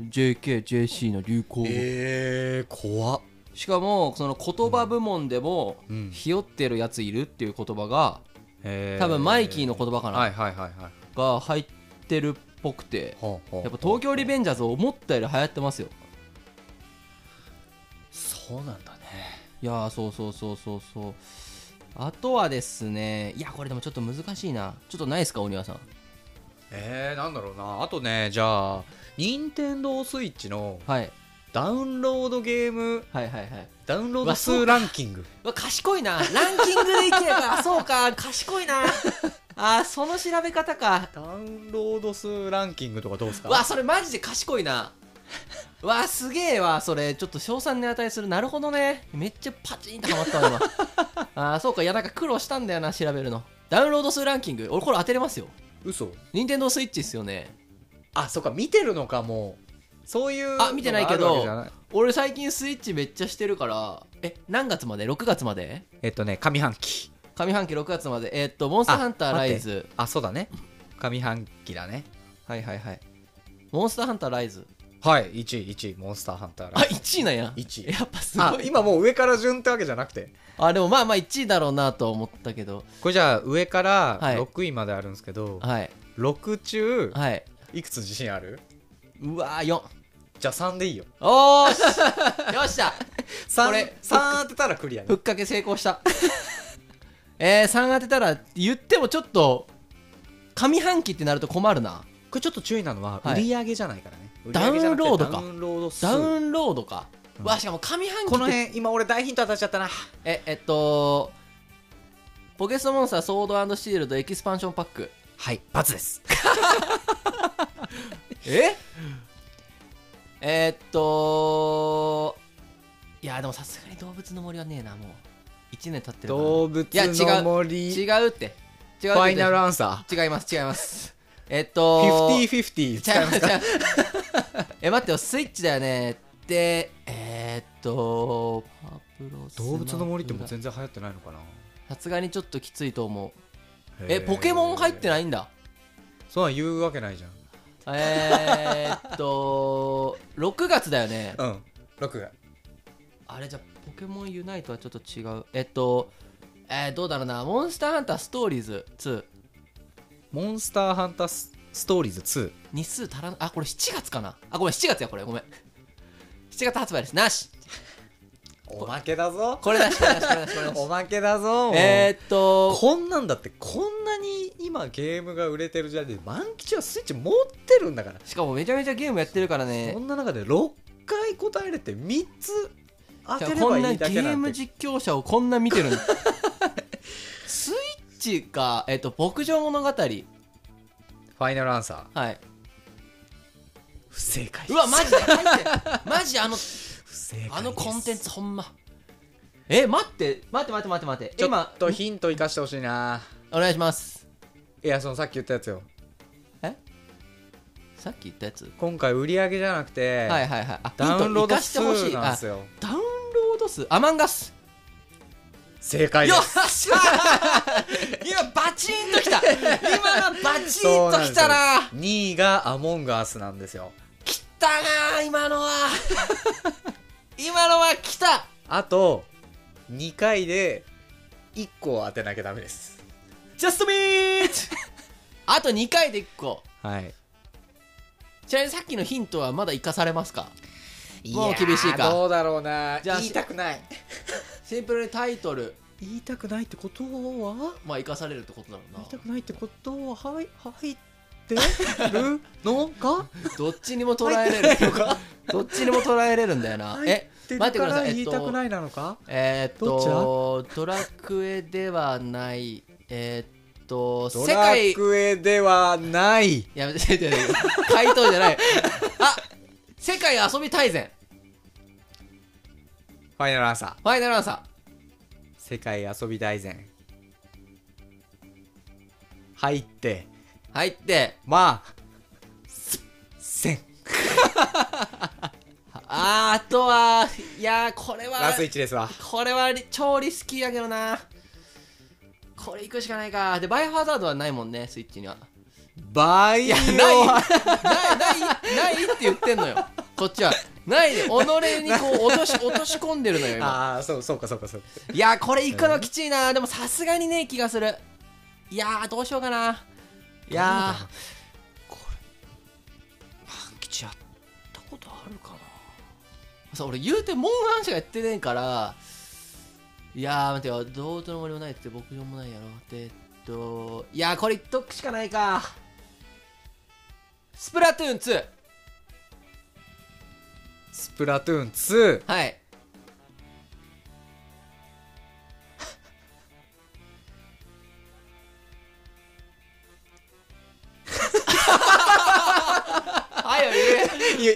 Speaker 2: JKJC の流行語、
Speaker 3: ええ怖っ
Speaker 2: しかもその言葉部門でも「
Speaker 1: うん
Speaker 2: ひよってるやついる」っていう言葉が
Speaker 1: へー
Speaker 2: 多分マイキーの言葉かな、
Speaker 1: はいはいはいはい
Speaker 2: が入ってるっぽくて
Speaker 1: ほうほう
Speaker 2: やっぱ東京リベンジャーズ思ったより流行ってますよ
Speaker 3: そうなんだね
Speaker 2: いやーそうそうそうそうそうあとはですねいやこれでもちょっと難しいなちょっとないですかお庭さん
Speaker 1: えー、なんだろうなあとねじゃあ任天堂スイッチの
Speaker 2: はい
Speaker 1: ダウンロードゲーム
Speaker 2: はいはいはいう
Speaker 1: ダウンロー
Speaker 2: う
Speaker 1: ド
Speaker 2: わそう
Speaker 1: 数ランキング
Speaker 2: わ賢いなランキングでいけばあそうか賢いなあーその調べ方か
Speaker 1: ダウンロード数ランキングとかどうですか
Speaker 2: わそれマジで賢い なわすげえわそれちょっと賞賛に値するなるほどねめっちゃパチンとハマったわ 今あーそうかいやなんか苦労したんだよな調べるのダウンロード数ランキング俺これ当てれますよ
Speaker 1: 嘘
Speaker 2: 任天堂スイッチっすよね
Speaker 1: あそっか見てるのかもうそういう
Speaker 2: あ見てないけ
Speaker 1: のがあるわ
Speaker 2: ど
Speaker 1: じゃない
Speaker 2: 俺最近スイッチめっちゃしてるからえ何月まで6月まで
Speaker 1: えっとね上半期
Speaker 2: 上半期6月までえーっとモンスターハンター
Speaker 1: あ
Speaker 2: ライズ
Speaker 1: あそうだね上半期だね
Speaker 2: はいはいはいモンスターハンターライズ
Speaker 1: はい1位1位モンスターハンター
Speaker 2: あ
Speaker 1: ライ
Speaker 2: 1位なんや
Speaker 3: 1
Speaker 2: やっぱす
Speaker 1: ズあ
Speaker 2: ごい
Speaker 1: 今もう上から順ってわけじゃなくて
Speaker 2: あでもまあまあ1位だろうなとは思ったけど
Speaker 1: これじゃあ上から
Speaker 2: はい
Speaker 1: 6位まであるんですけど、
Speaker 2: はい
Speaker 1: 6中
Speaker 2: はい
Speaker 1: いくつ自信ある
Speaker 2: うわー4
Speaker 1: じゃあ3でいいよ
Speaker 2: おーしよっしゃこれ
Speaker 1: 3三当てたらクリア
Speaker 2: ふ
Speaker 1: ね
Speaker 2: っかけ成 功したえー、3当てたら言ってもちょっと上半期ってなると困るな
Speaker 1: これちょっと注意なのは
Speaker 2: は
Speaker 1: 売
Speaker 2: い
Speaker 1: り上げじゃないからね、
Speaker 2: ダウンロードか
Speaker 1: 売り上げじゃなくてダウンロード数
Speaker 2: ダウンロードか、
Speaker 1: うん
Speaker 2: わしかも上半期って
Speaker 1: この辺今俺大ヒント当たっちゃったな
Speaker 2: ええっとポケストモンスターソードシールドエキスパンションパック
Speaker 1: はい×です
Speaker 2: ええっといやでもさすがに動物の森はねえなもう1年経ってるから
Speaker 1: 動物
Speaker 2: いや違う
Speaker 1: の森
Speaker 2: 違うって違う
Speaker 1: ファイナルアンサ
Speaker 2: 違います違いますえっ
Speaker 1: ー
Speaker 2: と
Speaker 1: 50-50
Speaker 2: ち
Speaker 1: 使
Speaker 2: ゃ
Speaker 1: いうます
Speaker 2: ち
Speaker 1: か
Speaker 2: ゃう え待ってよスイッチだよねでえーっとパブロス
Speaker 1: 動物の森ってもう全然流行ってないのかな
Speaker 2: さすがにちょっときついと思うえポケモン入って
Speaker 1: い
Speaker 2: ないんだ
Speaker 1: そんなん言うわけないじゃん
Speaker 2: えー、っと6月 だよね
Speaker 1: うん6が
Speaker 2: あれじゃポケモンユナイトはちょっと違うえっとえー、どうだろうなモンスターハンターストーリーズ2
Speaker 1: モンスターハンタースストーリーズ2
Speaker 2: 日数足らんあこれ7月かなあごめん7月やこれごめん7月発売ですなし
Speaker 1: おまけだぞ
Speaker 2: これなしこれなしこれなしこれなし
Speaker 1: おまけだぞ
Speaker 2: えー、っと
Speaker 1: こんなんだってこんなに今ゲームが売れてる時代で万吉はスイッチ持ってるんだから
Speaker 2: しかもめちゃめちゃゲームやってるからね
Speaker 1: そんな中で6回答えれて3つ当てれ
Speaker 2: こ
Speaker 1: ば
Speaker 2: んない
Speaker 1: い
Speaker 2: ゲ
Speaker 1: だけな
Speaker 2: ー
Speaker 1: ん
Speaker 2: ム
Speaker 1: て
Speaker 2: 実況者をこんな見てるの スイッチかえっと牧場物語 はい
Speaker 1: ファイナルアンサー
Speaker 2: う
Speaker 1: 不正解
Speaker 2: わマジで入ってマジあ の
Speaker 1: 不正解です
Speaker 2: あのコンテンツほんまえ待って待って待って待って待って
Speaker 1: ちょ
Speaker 2: 今
Speaker 1: っとヒント生かしてほしいな
Speaker 2: お願いします
Speaker 1: いやそのさっき言ったやつよ
Speaker 2: さっき言ったやつ、
Speaker 1: 今回売り上げじゃなくて、
Speaker 2: はいはいはいあ
Speaker 1: ダウンロード
Speaker 2: ヒト生か
Speaker 1: 数
Speaker 2: してほしい
Speaker 1: なん
Speaker 2: あ
Speaker 1: ですよ
Speaker 2: ダウンロード数アマンガス
Speaker 1: 正解で
Speaker 2: よっ
Speaker 1: す
Speaker 2: しゃー 今バチンときた今のバチンときたな
Speaker 1: 2位がアモンガースなんですよ
Speaker 2: 来たなあ今のは 今のは来た
Speaker 1: あと2回で1個を当てなきゃダメです
Speaker 2: ジャストミート あと2回で1個
Speaker 1: はい
Speaker 2: ちなみにさっきのヒントはまだ生かされますか
Speaker 1: い
Speaker 2: もう
Speaker 1: やー
Speaker 2: 厳しいか
Speaker 1: どうだろうな
Speaker 2: じゃあ
Speaker 1: 言いたくない
Speaker 2: シンプルにタイトル
Speaker 1: 言いたくないってことは
Speaker 2: まあ生かされるってことだろう
Speaker 1: 言いた
Speaker 2: な
Speaker 1: くないってことははい入って るのか
Speaker 2: どっちにも捉えれる どっちにも捉えれるんだよな
Speaker 1: 入っ
Speaker 2: え
Speaker 1: てる
Speaker 2: 待って
Speaker 1: か
Speaker 2: くだ
Speaker 1: ら
Speaker 2: さい
Speaker 1: 言
Speaker 2: えっ
Speaker 1: いたく
Speaker 2: と
Speaker 1: ないなのか、
Speaker 2: えーっ
Speaker 1: ど
Speaker 2: とドラクエではないえーっと世
Speaker 1: ドラ
Speaker 2: 界
Speaker 1: クエではない
Speaker 2: やめて、やめてやめて回答じゃない。あ世界遊び大全。
Speaker 1: ファイナルアンサー
Speaker 2: ファイナルアンサ
Speaker 1: 世界遊び大全入って
Speaker 2: ー。入って、
Speaker 1: まあせん
Speaker 2: ああとは、いやー、これは
Speaker 1: ラ、ス1ですわ
Speaker 2: これは超リスキーやけどな。これ行くしかないか。で、バイオハザードはないもんね、スイッチには。
Speaker 1: バイオ
Speaker 2: ないないないないって言ってんのよ。こっちは。ないで、己にこう落とし、落とし込んでるのよ、今。
Speaker 1: ああそうそうかそうかそうか
Speaker 2: いやー、これ行くのきちいな。でもさすがにね、気がする。いやー、どうしようかな。いやー。
Speaker 1: これパン吉やったことあるかな
Speaker 2: さ俺言うてモンハンしかやってねえからいやー待てよどうとの森もないって牧場もないやろでえっといやーこれ言っとくしかないかスプラトゥーン2
Speaker 1: スプラトゥーン2
Speaker 2: はいはいよ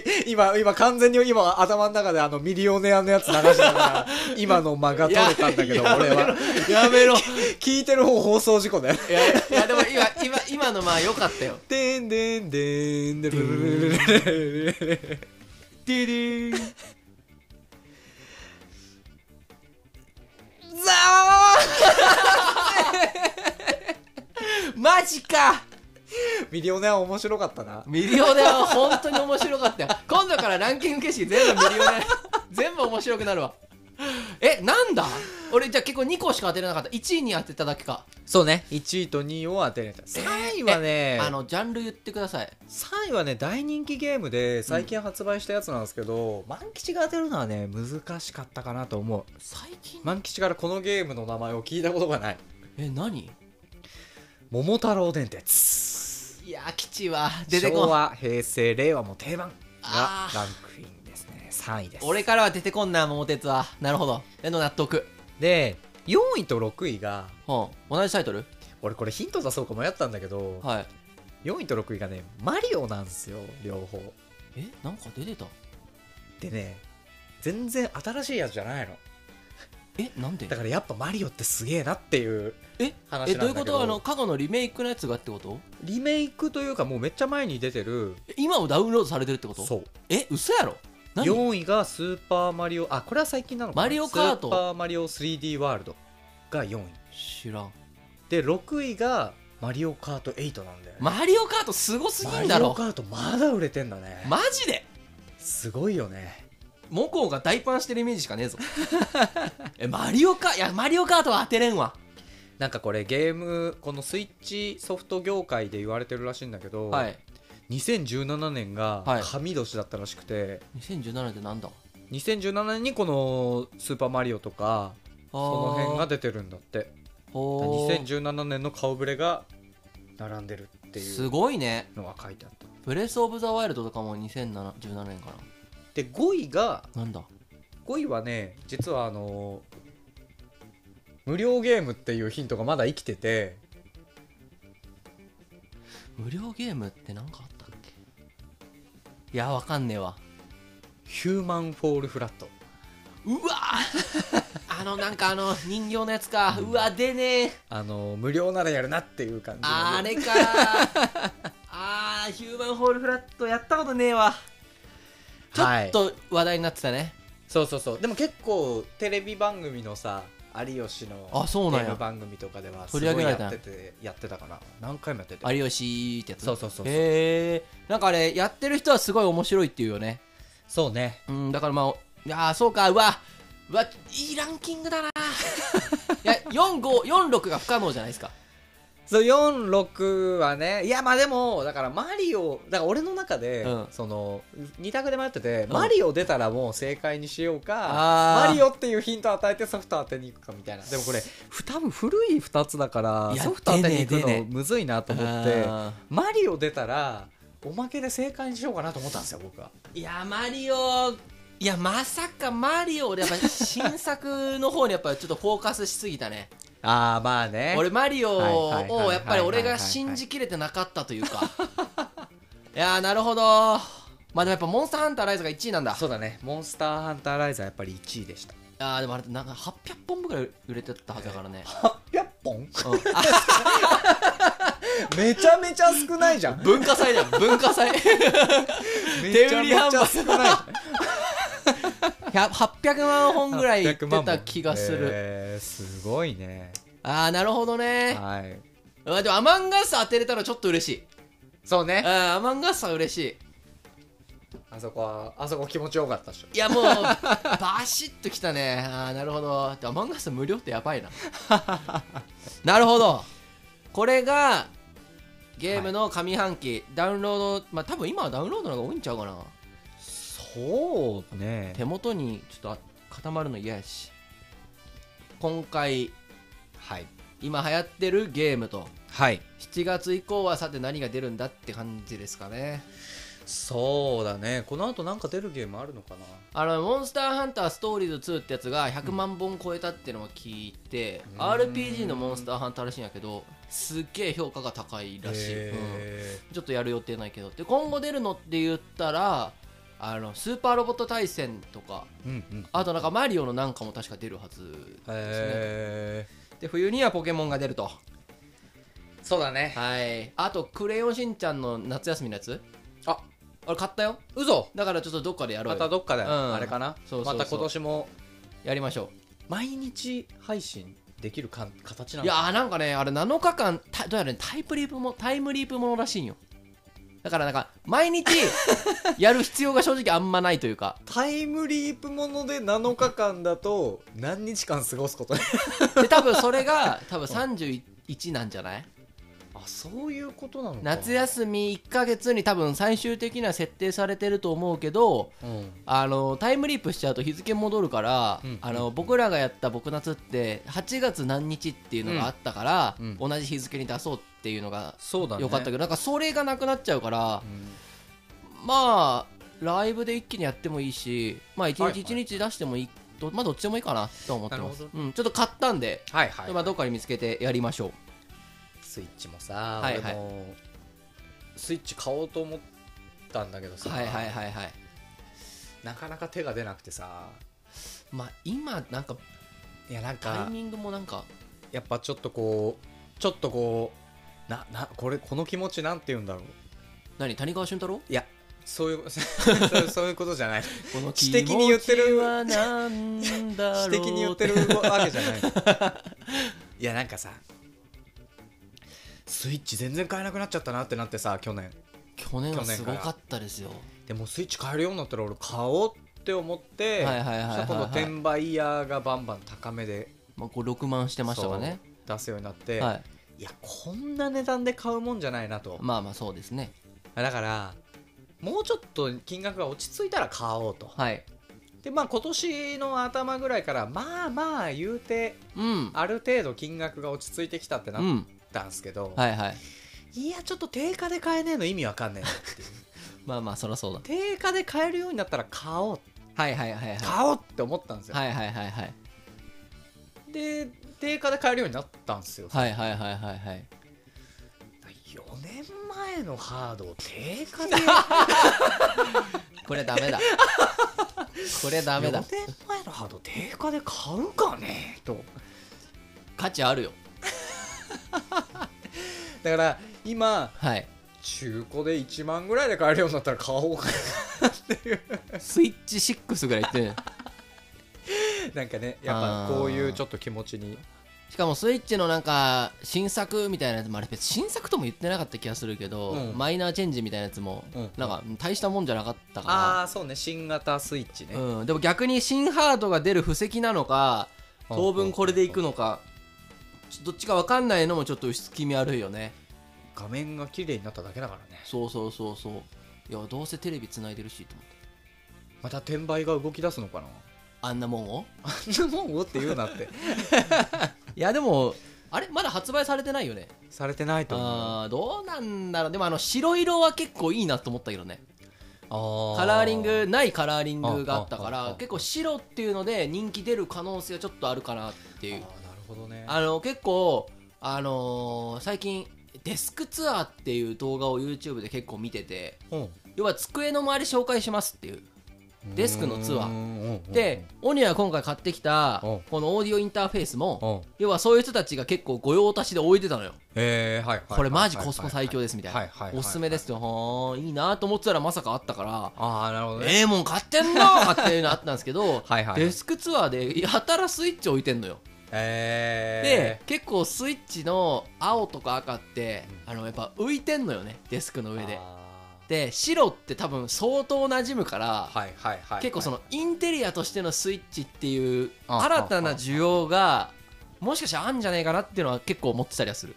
Speaker 2: 言え
Speaker 1: い今今完全に今頭の中であのミリオネアのやつ流しながら今の間が取れたんだけど
Speaker 2: いや
Speaker 1: 俺は
Speaker 2: やめろ
Speaker 1: 聞いてる方放送事故だよ
Speaker 2: いやいやでも今今今のまあ良かったよ
Speaker 1: でんでんでんでるるるるるるるる
Speaker 2: デデーン
Speaker 1: ざわ
Speaker 2: マジか
Speaker 1: ーミリオネア面白かったな
Speaker 2: ミリオネアは本当に面白かったよ今度からランキング形式全部ミリオネア全部面白くなるわえなんだ俺じゃあ結構2個しか当てれなかった1位に当てただけか、
Speaker 1: そうね1位と2位を当てれた3位はね
Speaker 2: あのジャンル言ってください
Speaker 1: 3位はね大人気ゲームで最近発売したやつなんですけど、万吉が当てるのはね難しかったかなと思う
Speaker 2: 最近
Speaker 1: 万吉からこのゲームの名前を聞いたことがない
Speaker 2: え何
Speaker 1: 「桃太郎電鉄
Speaker 2: いやー基地は」出て
Speaker 1: 昭
Speaker 2: こん
Speaker 1: 和平成令和も定番が
Speaker 2: あー
Speaker 1: ランクインですね3位です
Speaker 2: 俺からは出てこんな桃鉄はなるほどえの納得
Speaker 1: で4位と6位が
Speaker 2: うん同じタイトル
Speaker 1: 俺これヒント出そうか迷ったんだけど、
Speaker 2: はい
Speaker 1: 4位と6位がねマリオなんですよ両方
Speaker 2: えなんか出てた
Speaker 1: でね全然新しいやつじゃないの
Speaker 2: えなんで
Speaker 1: だからやっぱマリオってすげえなっていう
Speaker 2: え
Speaker 1: 話
Speaker 2: え
Speaker 1: なんだけど
Speaker 2: どういうことあの過去のリメイクのやつがってこと
Speaker 1: リメイクというかもうめっちゃ前に出てる
Speaker 2: え今もダウンロードされてるってこと
Speaker 1: そう
Speaker 2: え嘘やろ何
Speaker 1: 4位がスーパーマリオあこれは最近なのかな
Speaker 2: マリオカート
Speaker 1: スーパーマリオ 3D ワールドが4位
Speaker 2: 知らん
Speaker 1: で6位がマリオカート8なんだよね
Speaker 2: マリオカートすごすぎんだ
Speaker 1: マリオ
Speaker 2: ろ
Speaker 1: カートまだ売れてんだね、
Speaker 2: マジです
Speaker 1: ごいよね
Speaker 2: モコが大パンしてるイメージしかねえぞ えマリオカいやマリオカートは当てれんわ
Speaker 1: なんかこれゲームこのスイッチソフト業界で言われてるらしいんだけど、
Speaker 2: はい
Speaker 1: 2017年が
Speaker 2: はい
Speaker 1: 神年だったらしくて、
Speaker 2: 2017ってなんだ
Speaker 1: 2017年にこの「スーパーマリオ」とか
Speaker 2: そ
Speaker 1: その辺が出てるんだって
Speaker 2: ほー
Speaker 1: 2017年の顔ぶれが並んでるってい
Speaker 2: す
Speaker 1: う
Speaker 2: ごいね
Speaker 1: のが書いてあった
Speaker 2: ブレス・オブ・ザ・ワイルドとかも2017年か
Speaker 1: で5位が
Speaker 2: ななんだ
Speaker 1: 5位はね実はあの無料ゲームっていうヒントがまだ生きてて
Speaker 2: 無料ゲームってなんかあったっけいやわかんねえわ
Speaker 1: ヒューマンフォールフラット
Speaker 2: うわー あのなんかあの人形のやつかうわ出ねえ
Speaker 1: あの無料ならやるなっていう感じの
Speaker 2: あれ かあーヒューマンホールフラットやったことねえわちょ
Speaker 1: はい
Speaker 2: っと話題になってたね、
Speaker 1: そうそうそうでも結構テレビ番組のさ有吉の
Speaker 2: あそうなんや
Speaker 1: ゲーム番組とかではす
Speaker 2: 取
Speaker 1: ご
Speaker 2: り上
Speaker 1: い
Speaker 2: げら
Speaker 1: や
Speaker 2: れたん
Speaker 1: っ
Speaker 2: や
Speaker 1: ててやってたから何回もやってて
Speaker 2: 有吉ってやつ
Speaker 1: そうそうそうそう
Speaker 2: へえんかあれやってる人はすごい面白いっていうよね
Speaker 1: そうね
Speaker 2: うんだからまあいやーそうかうわうわ いいランキングだないや4546が不可能じゃないですか
Speaker 1: そう46はねいやまあでもだからマリオだから俺の中で、
Speaker 2: うん
Speaker 1: その2択で迷ってて、
Speaker 2: ん
Speaker 1: マリオ出たらもう正解にしようか
Speaker 2: あー
Speaker 1: マリオっていうヒント与えてソフト当てに行くかみたいなでもこれふ多分古い2つだから
Speaker 2: いや
Speaker 1: ソフト当てに行く
Speaker 2: 出ねえ出
Speaker 1: の
Speaker 2: ね
Speaker 1: むずいなと思って
Speaker 2: あ
Speaker 1: マリオ出たらおまけで正解にしようかなと思ったんですよ僕は
Speaker 2: ーいやマリオいやまさかマリオ俺やっぱ新作の方にやっぱちょっとフォーカスしすぎたね
Speaker 1: ああまあね
Speaker 2: 俺マリオ
Speaker 1: はいはいはいはいはい
Speaker 2: をやっぱり俺が信じきれてなかったというかいやーなるほどまあでもやっぱモンスターハンターライズが1位なんだ
Speaker 1: そうだねモンスターハンターライザーやっぱり1位でした
Speaker 2: あーでもあれなんか800本ぐらい売れてたはず だからね、
Speaker 1: 800本
Speaker 2: うんあ
Speaker 1: めちゃめちゃ少ないじゃん
Speaker 2: 文化祭だよ文化祭
Speaker 1: めちゃめちゃ
Speaker 2: 手売り販売
Speaker 1: 少ない
Speaker 2: 100 800万本ぐらい売ってた気がする、
Speaker 1: えーすごいね
Speaker 2: ああなるほどね
Speaker 1: はい
Speaker 2: あでもアマンガス当てれたらちょっと嬉しい
Speaker 1: そうね
Speaker 2: あーアマンガスは嬉しい
Speaker 1: あそこはあそこ気持ちよかったっしょ
Speaker 2: いやもうバシッときたねああなるほどでアマンガス無料ってやばいななるほどこれがゲームの上半期、ダウンロードまあ多分今はダウンロードの方が多いんちゃうかな
Speaker 1: そうね
Speaker 2: 手元にちょっと固まるの嫌やし今回
Speaker 1: はい
Speaker 2: 今流行ってるゲームと
Speaker 1: はい
Speaker 2: 7月以降はさて何が出るんだって感じですかね
Speaker 1: そうだねこの後なんか出るゲームあるのかな
Speaker 2: あのモンスターハンターストーリーズ2ってやつが100万本超えたっていうのも聞いて、
Speaker 1: うん
Speaker 2: RPG のモンスターハンターらしいんやけどすっげえ評価が高いらしい、うん
Speaker 1: へ
Speaker 2: ちょっとやる予定ないけどで今後出るのって言ったらあのスーパーロボット対戦とか
Speaker 1: ーうんうん
Speaker 2: あとなんかマリオのなんかも確か出るはずですね
Speaker 1: へ
Speaker 2: で冬にはポケモンが出ると
Speaker 1: ーそうだね
Speaker 2: はいあと「クレヨンしんちゃん」の夏休みのやつ
Speaker 1: あ
Speaker 2: 俺買ったよ
Speaker 1: 嘘
Speaker 2: だからちょっとどっかでやろう
Speaker 1: また
Speaker 2: よ
Speaker 1: どっかで
Speaker 2: うん
Speaker 1: あれかな
Speaker 2: そうそうそう
Speaker 1: また今年も
Speaker 2: やりましょう
Speaker 1: 毎日配信できるかん形ないの
Speaker 2: や
Speaker 1: か
Speaker 2: ーなんかねあれ7日間たどうやらねタイプリープもタイムリープものらしいんよだからなんか 毎日やる必要が正直あんまないというか
Speaker 1: タイムリープもので7日間だと何日間過ごすことに
Speaker 2: で多分それが多分31なんじゃない
Speaker 1: あそういうことなのか
Speaker 2: 夏休み1ヶ月に多分最終的には設定されてると思うけど
Speaker 1: うん
Speaker 2: あのタイムリープしちゃうと日付戻るから、
Speaker 1: うん
Speaker 2: あの僕らがやった「僕夏」って8月何日っていうのがあったから、
Speaker 1: うん
Speaker 2: 同じ日付に出そうっていうのが
Speaker 1: そうだね
Speaker 2: 良かったけど、なんかそれがなくなっちゃうから、
Speaker 1: うん
Speaker 2: まあライブで一気にやってもいいしまあ一
Speaker 1: はいはい
Speaker 2: 日一日出してもいい、どまあどっちでもいいかなと思ってます
Speaker 1: なる、
Speaker 2: うん、ちょっと買ったんで、
Speaker 1: はいはい、
Speaker 2: まあどっかに見つけてやりましょう
Speaker 1: スイッチもさ、
Speaker 2: はいは
Speaker 1: 俺
Speaker 2: い
Speaker 1: もスイッチ買おうと思ったんだけどさ、
Speaker 2: はいはいはいはい
Speaker 1: なかなか手が出なくてさ
Speaker 2: まあ今なんか
Speaker 1: いやなん
Speaker 2: タ
Speaker 1: か
Speaker 2: イミングもなんか
Speaker 1: やっぱちょっとこうちょっとこうななこれこの気持ちなんて言うんだろう
Speaker 2: 何谷川俊 太郎
Speaker 1: いやそういう そうそういうことじゃない
Speaker 2: この
Speaker 1: 知的に言ってる
Speaker 2: 気持ちはなんだろう
Speaker 1: 私的に言ってるわけじゃないいやなんかさスイッチ全然買えなくなっちゃったなってなってさ去年
Speaker 2: 去年は
Speaker 1: 去年
Speaker 2: す
Speaker 1: か
Speaker 2: ご
Speaker 1: ら
Speaker 2: かったですよ
Speaker 1: でもスイッチ買えるようになったら俺買おうって思って
Speaker 2: はいはいはいはいはい
Speaker 1: そしたら今度転売ヤーがバンバン高めで
Speaker 2: まあこう6万してましたからね
Speaker 1: 出すようになって、
Speaker 2: はい
Speaker 1: い、やこんな値段で買うもんじゃないなと、
Speaker 2: まあまあそうですね
Speaker 1: だからもうちょっと金額が落ち着いたら買おうと、
Speaker 2: はい
Speaker 1: でまあ今年の頭ぐらいからまあまあ言うて
Speaker 2: うん
Speaker 1: ある程度金額が落ち着いてきたってな
Speaker 2: う
Speaker 1: っ
Speaker 2: ん
Speaker 1: たんですけど、
Speaker 2: はいはい
Speaker 1: い、やちょっと定価で買えねえの意味わかん ねえなっていう
Speaker 2: まあまあそりゃそうだ
Speaker 1: 定価で買えるようになったら買おう
Speaker 2: はいはいはいはい
Speaker 1: 買おうって思ったんですよ、
Speaker 2: はいはいはいはい
Speaker 1: で定価で買えるようになったんですよ、
Speaker 2: はいはいはいはいはい
Speaker 1: 4年前のハードを定 価で
Speaker 2: これダ メだこれダメだ
Speaker 1: 4年前のハード定価で買うかねと
Speaker 2: 価値あるよ
Speaker 1: だから今
Speaker 2: はい
Speaker 1: 中古で1万ぐらいで買えるようになったら買おうか
Speaker 2: スイッチ6ぐらいいってる
Speaker 1: ななんかねやっぱこういうちょっと気持ちに
Speaker 2: しかもスイッチのなんか新作みたいなやつもあれ別に新作とも言ってなかった気がするけど、
Speaker 1: うん
Speaker 2: マイナーチェンジみたいなやつも
Speaker 1: うん
Speaker 2: なんか大したもんじゃなかったか
Speaker 1: あ
Speaker 2: ら、
Speaker 1: あそうね新型スイッチね、
Speaker 2: うん、でも逆に新ハードが出る布石なのか当分これでいくのかちょどっちか分かんないのもちょっと薄気味悪いよね
Speaker 3: 画面が綺麗になっただけだからね
Speaker 2: そうそうそうそういやどうせテレビつないでるしと思って
Speaker 1: また転売が動き出すのかな
Speaker 2: あんなもんを
Speaker 1: あ んなもんをって言うなって
Speaker 2: いやでもあれまだ発売されてないよね
Speaker 1: されてないと思うよ
Speaker 2: あーどうなんだろうでもあの白色は結構いいなと思ったけどね
Speaker 1: あ
Speaker 2: カラーリングないカラーリングがあったか
Speaker 1: あああ
Speaker 2: ら
Speaker 1: あ
Speaker 2: 結構白っていうので人気出る可能性はちょっとあるかなってい
Speaker 1: あー
Speaker 2: う
Speaker 1: なるほどね
Speaker 2: あの結構あのー最近デスクツアーっていう動画を YouTube で結構見てて
Speaker 1: うん
Speaker 2: 要は机の周り紹介しますっていうデスクのツアー
Speaker 1: ー
Speaker 2: でオニアが今回買ってきた
Speaker 1: うん
Speaker 2: このオーディオインターフェース
Speaker 1: う
Speaker 2: も
Speaker 1: ん
Speaker 2: 要はそういう人たちが結構御用達で置いてたのよ
Speaker 1: えーはいはい
Speaker 2: これマジコスパ最強ですみたい
Speaker 1: はいはいはい
Speaker 2: な
Speaker 1: はい
Speaker 2: おすすめですとはーんいいなと思ってたらまさかあったから
Speaker 1: ああなるほどね
Speaker 2: ええもん買って んなーっていうのあったんですけど
Speaker 1: はいはい
Speaker 2: デスクツアーでやたらスイッチ置いてんのよ、
Speaker 1: え
Speaker 2: で結構スイッチの青とか赤って、あのやっぱ浮いてんのよねデスクの
Speaker 1: ー
Speaker 2: 上で
Speaker 1: あ
Speaker 2: で白って多分相当馴染むから、
Speaker 1: ーはいはいはい
Speaker 2: 結構そ
Speaker 1: の
Speaker 2: のインテリアとしてのスイッチっていう
Speaker 1: あ
Speaker 2: 新たな需要がもしかしたらあんじゃねえかなっていうのは結構思ってたりはする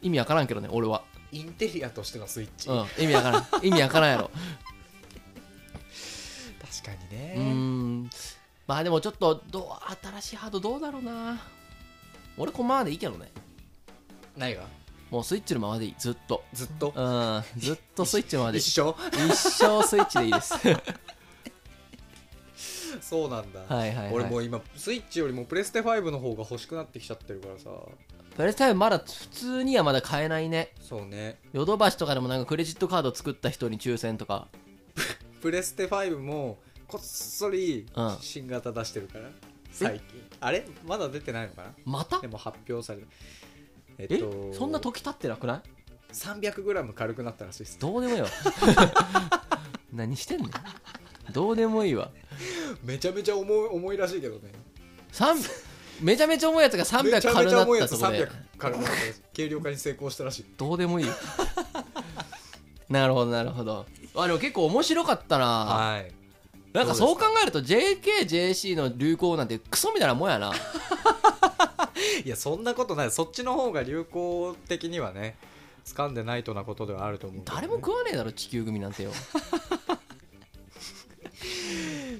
Speaker 2: 意味わからんけどね俺は、
Speaker 3: インテリアとしてのスイッチ、
Speaker 2: うん、意味わからん意味わからんやろ
Speaker 1: 確かに
Speaker 2: うー
Speaker 1: ね
Speaker 2: んまあでもちょっとどう新しいハードどうだろうな俺このままでいいけどね
Speaker 3: ないが
Speaker 2: もうスイッチのままでいいずっと
Speaker 1: ずっと
Speaker 2: うんずっとスイッチのま までいい
Speaker 1: 一緒
Speaker 2: 一生スイッチでいいですはい
Speaker 1: そうなんだ
Speaker 2: はい、はい、
Speaker 1: 俺もう今スイッチよりもプレステ5の方が欲しくなってきちゃってるからさ
Speaker 2: プレステ5まだ普通にはまだ買えないね
Speaker 1: そうね
Speaker 2: ヨドバシとかでもなんかクレジットカード作った人に抽選とか
Speaker 1: プレステ5もこっそり
Speaker 2: うん
Speaker 1: 新型出してるから、最近あれまだ出てないのかな
Speaker 2: また
Speaker 1: でも発表されるえ
Speaker 2: えそんな時経ってなくない
Speaker 1: 300g 軽くなったらしいです
Speaker 2: どうでもいいわ 何してんのどうでもいいわ
Speaker 1: めちゃめちゃ重い重いらしいけどね
Speaker 2: 三めちゃめちゃ重いやつが
Speaker 1: めちゃ
Speaker 2: 300
Speaker 1: め
Speaker 2: 軽
Speaker 1: ちゃ
Speaker 2: なっ
Speaker 1: 重いや
Speaker 2: た
Speaker 1: つ
Speaker 2: とこで
Speaker 1: 300軽くなったらしい軽量化に成功したらしい
Speaker 2: どうでもいい なるほどなるほどあでも結構面白かったな、
Speaker 1: はい
Speaker 2: なんかそ
Speaker 1: どう
Speaker 2: う考えると JKJC の流行なんてクソみたいなもんやない
Speaker 1: やそんなことないそっちの方が流行的にはね掴んでないとなことではあると思うけどね、
Speaker 2: 誰も食わねえだろ地球組なんてよ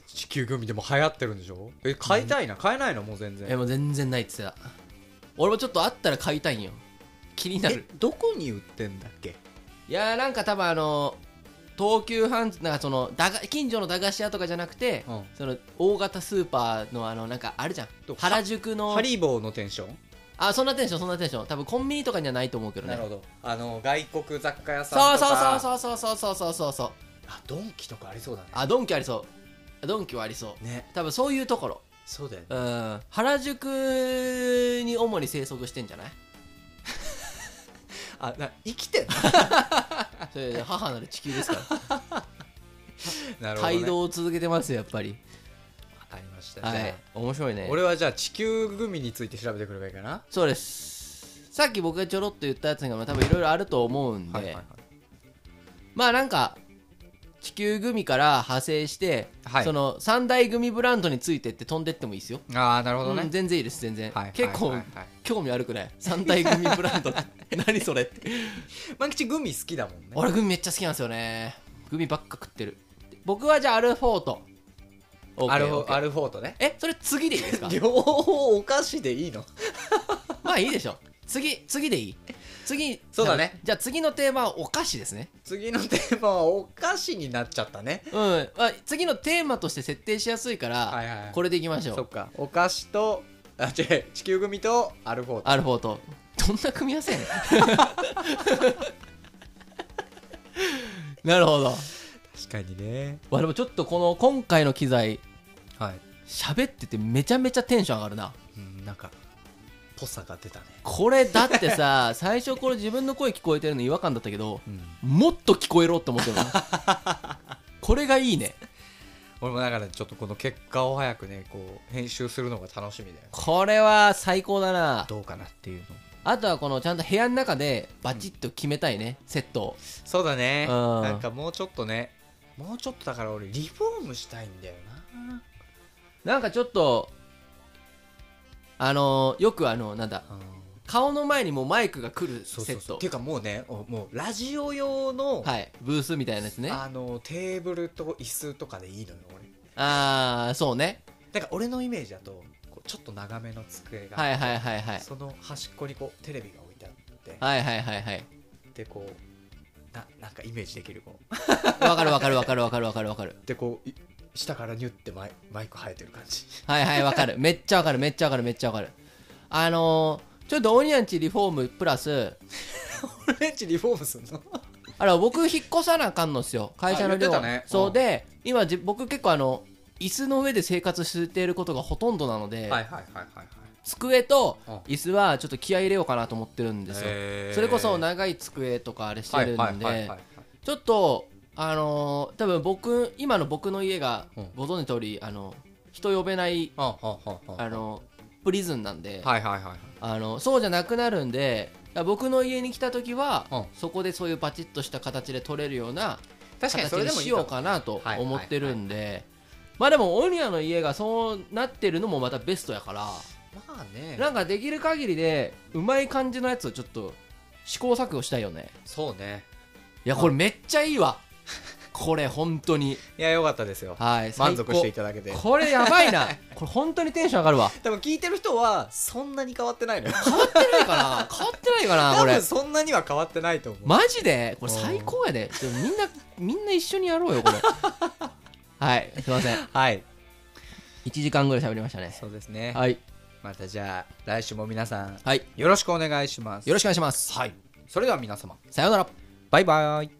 Speaker 1: 地球グミでも流行ってるんでしょえ買いたいな、買えないのもう全
Speaker 2: え
Speaker 1: 然
Speaker 2: もう全然ないっつってた俺もちょっとあったら買いたいんよ気になる
Speaker 1: どこに売ってんだっけ
Speaker 2: いやーなんか多分あの東急ハンズなんかその駄菓近所の駄菓子屋とかじゃなくて、
Speaker 1: うん
Speaker 2: その大型スーパーのあのなんかあるじゃん
Speaker 1: どこ
Speaker 2: 原宿の
Speaker 1: ハリーボーのテンション
Speaker 2: あそんなテンションそんなテンション多分コンビニとかにはないと思うけどね
Speaker 1: ほどあの外国雑貨屋
Speaker 2: そう
Speaker 1: と
Speaker 2: そう
Speaker 1: か
Speaker 2: そうそうそうそうそうそうそう
Speaker 3: あドンキとかありそうだね
Speaker 2: あドンキありそうドンキはありそう
Speaker 1: ね
Speaker 2: 多分そういうところ
Speaker 3: そうだよね
Speaker 2: うん原宿に主に生息してんじゃない
Speaker 1: あな生きてんの
Speaker 2: それで母なる地球ですから
Speaker 1: なるほど、ね、
Speaker 2: 街道を続けてますよやっぱり
Speaker 1: ありました、
Speaker 2: は
Speaker 1: じ
Speaker 2: い
Speaker 1: ゃ
Speaker 2: 面白い
Speaker 1: あ
Speaker 2: ね
Speaker 1: 俺はじゃあ地球グミについて調べてくればいいかな
Speaker 2: そうですさっき僕がちょろっと言ったやつがまあ多分いろいろあると思うんで、
Speaker 1: はいはいはい
Speaker 2: まあなんか地球グミから派生して、
Speaker 1: はい
Speaker 2: その三大グミブランドについてって飛んでってもいいですよ、
Speaker 1: ああなるほど
Speaker 2: う
Speaker 1: ね
Speaker 2: ん、全然いいです全然、
Speaker 1: はい
Speaker 2: 結構、
Speaker 1: はいはいはい
Speaker 2: 興味悪くない三大グミブラ ンドって何それって
Speaker 1: マンキチグミ好きだもんね
Speaker 2: 俺グミめっちゃ好きなんですよねグミばっか食ってる僕はじゃあアルフォート
Speaker 1: アル
Speaker 2: OK
Speaker 1: フォ
Speaker 2: OK
Speaker 1: アルフォートね
Speaker 2: えそれ次でいいですか
Speaker 1: 両方お菓子でいいの
Speaker 2: まあいいでしょ次次でいい次
Speaker 1: そうだね
Speaker 2: じゃあ次のテーマはお菓子ですね
Speaker 1: 次のテーマはお菓子になっちゃったね
Speaker 2: うん、あ次のテーマとして設定しやすいから、
Speaker 1: はいはいはい
Speaker 2: これでいきましょ
Speaker 1: そうっかお菓子とあ違う地球グミとアルフォート
Speaker 2: アルフォートどんな組み合わせやね んなるほど
Speaker 1: 確かにね
Speaker 2: わでもちょっとこの今回の機材
Speaker 1: はい、
Speaker 2: 喋っててめちゃめちゃテンション上がるな
Speaker 1: うん、なんかぽさが出たね
Speaker 2: これだって さ最初これ自分の声聞こえてるの違和感だったけど
Speaker 1: うん
Speaker 2: もっと聞こえろって思ってるこれがいいね
Speaker 1: 俺もだからちょっとこの結果を早くねこう編集するのが楽しみだよ
Speaker 2: これは最高だな
Speaker 1: どうかなっていうの
Speaker 2: あとはこのちゃんと部屋の中でバチッと決めたいね、セットを
Speaker 1: そうだね
Speaker 2: うん
Speaker 1: なんかもうちょっとねもうちょっとだから俺リフォームしたいんだよな
Speaker 2: なんかちょっとあのよくあのなんだ
Speaker 1: うん
Speaker 2: 顔の前にもうマイクが来る
Speaker 1: そう
Speaker 2: セ
Speaker 1: そう
Speaker 2: ッ
Speaker 1: そう
Speaker 2: ト
Speaker 1: っていうかもうねおもうラジオ用の、
Speaker 2: はいブースみたいなやつねあ
Speaker 1: あのテーブルと椅子とかでいいのよ俺
Speaker 2: あーそうね
Speaker 1: なんか俺のイメージだとこうちょっと長めの机が、
Speaker 2: はいはいはいはい
Speaker 1: その端っこにこうテレビが置いてあって、
Speaker 2: はいはいはいはい
Speaker 1: でこうななんかイメージできるこう
Speaker 2: わかるわかるわかるわかるわかるわかる
Speaker 1: でこうい下からニュってマイマイク生えてる感じ
Speaker 2: はいはいわかるめっちゃわかるめっちゃわかるめっちゃわかるあのー、ちょっとオニアンチリフォームプラス
Speaker 1: 俺んちリフォームすんの
Speaker 2: あら僕引っ越さなあかんのっすよ会社の
Speaker 1: あ言
Speaker 2: 寮
Speaker 1: ってたね
Speaker 2: そう、
Speaker 1: うん
Speaker 2: で今じ僕結構あの椅子の上で生活していることがほとんどなので、
Speaker 1: いはいはいはい
Speaker 2: 机と
Speaker 1: うん
Speaker 2: 椅子はちょっと気合い入れようかなと思ってるんですよ、
Speaker 1: はい
Speaker 2: それこそ
Speaker 1: な
Speaker 2: 長い机とかあれしてるんで
Speaker 1: はい
Speaker 2: ちょっとあのー多分僕今の僕の家が
Speaker 1: うん
Speaker 2: ご存知の通りあの人呼べない
Speaker 1: はんは
Speaker 2: あのプリズンなんで、
Speaker 1: はいはいはい
Speaker 2: あのそうじゃなくなるんで僕の家に来た時は、
Speaker 1: うん
Speaker 2: そこでそういうパチッとした形で取れるような
Speaker 1: 確かに
Speaker 2: 形
Speaker 1: それ
Speaker 2: に
Speaker 1: でもい
Speaker 2: し
Speaker 1: い
Speaker 2: よう
Speaker 1: かも
Speaker 2: かなと
Speaker 1: はい
Speaker 2: 思ってるんでまあでもオニアの家がそうなってるのもまたベストやから
Speaker 1: まあね
Speaker 2: なんかできる限りでうまい感じのやつをちょっと試行錯誤したいよね
Speaker 1: そうね
Speaker 2: いやこれめっちゃいいわこれ本当に
Speaker 1: いや良かったですよ
Speaker 2: はい
Speaker 1: 満足してい
Speaker 2: た
Speaker 1: ただけて
Speaker 2: これやばいなこれ本当にテンション上がるわ
Speaker 1: 多分聞いてる人はそんなに変わってないの よ
Speaker 2: 変わってないかな変わってないかな
Speaker 1: 多
Speaker 2: これ
Speaker 1: 分そんなには変わってないと思う
Speaker 2: マジでこれ最高やででもみんな みんな一緒にやろうよこれはいすいません
Speaker 1: はい
Speaker 2: 1時間ぐらい喋りましたね
Speaker 1: そうですね
Speaker 2: はい
Speaker 1: またじゃあ来週も皆さん
Speaker 2: はい
Speaker 1: よろしくお願いします
Speaker 2: よろしくお願いします
Speaker 1: はいそれでは皆様
Speaker 2: さようなら
Speaker 1: バイバイ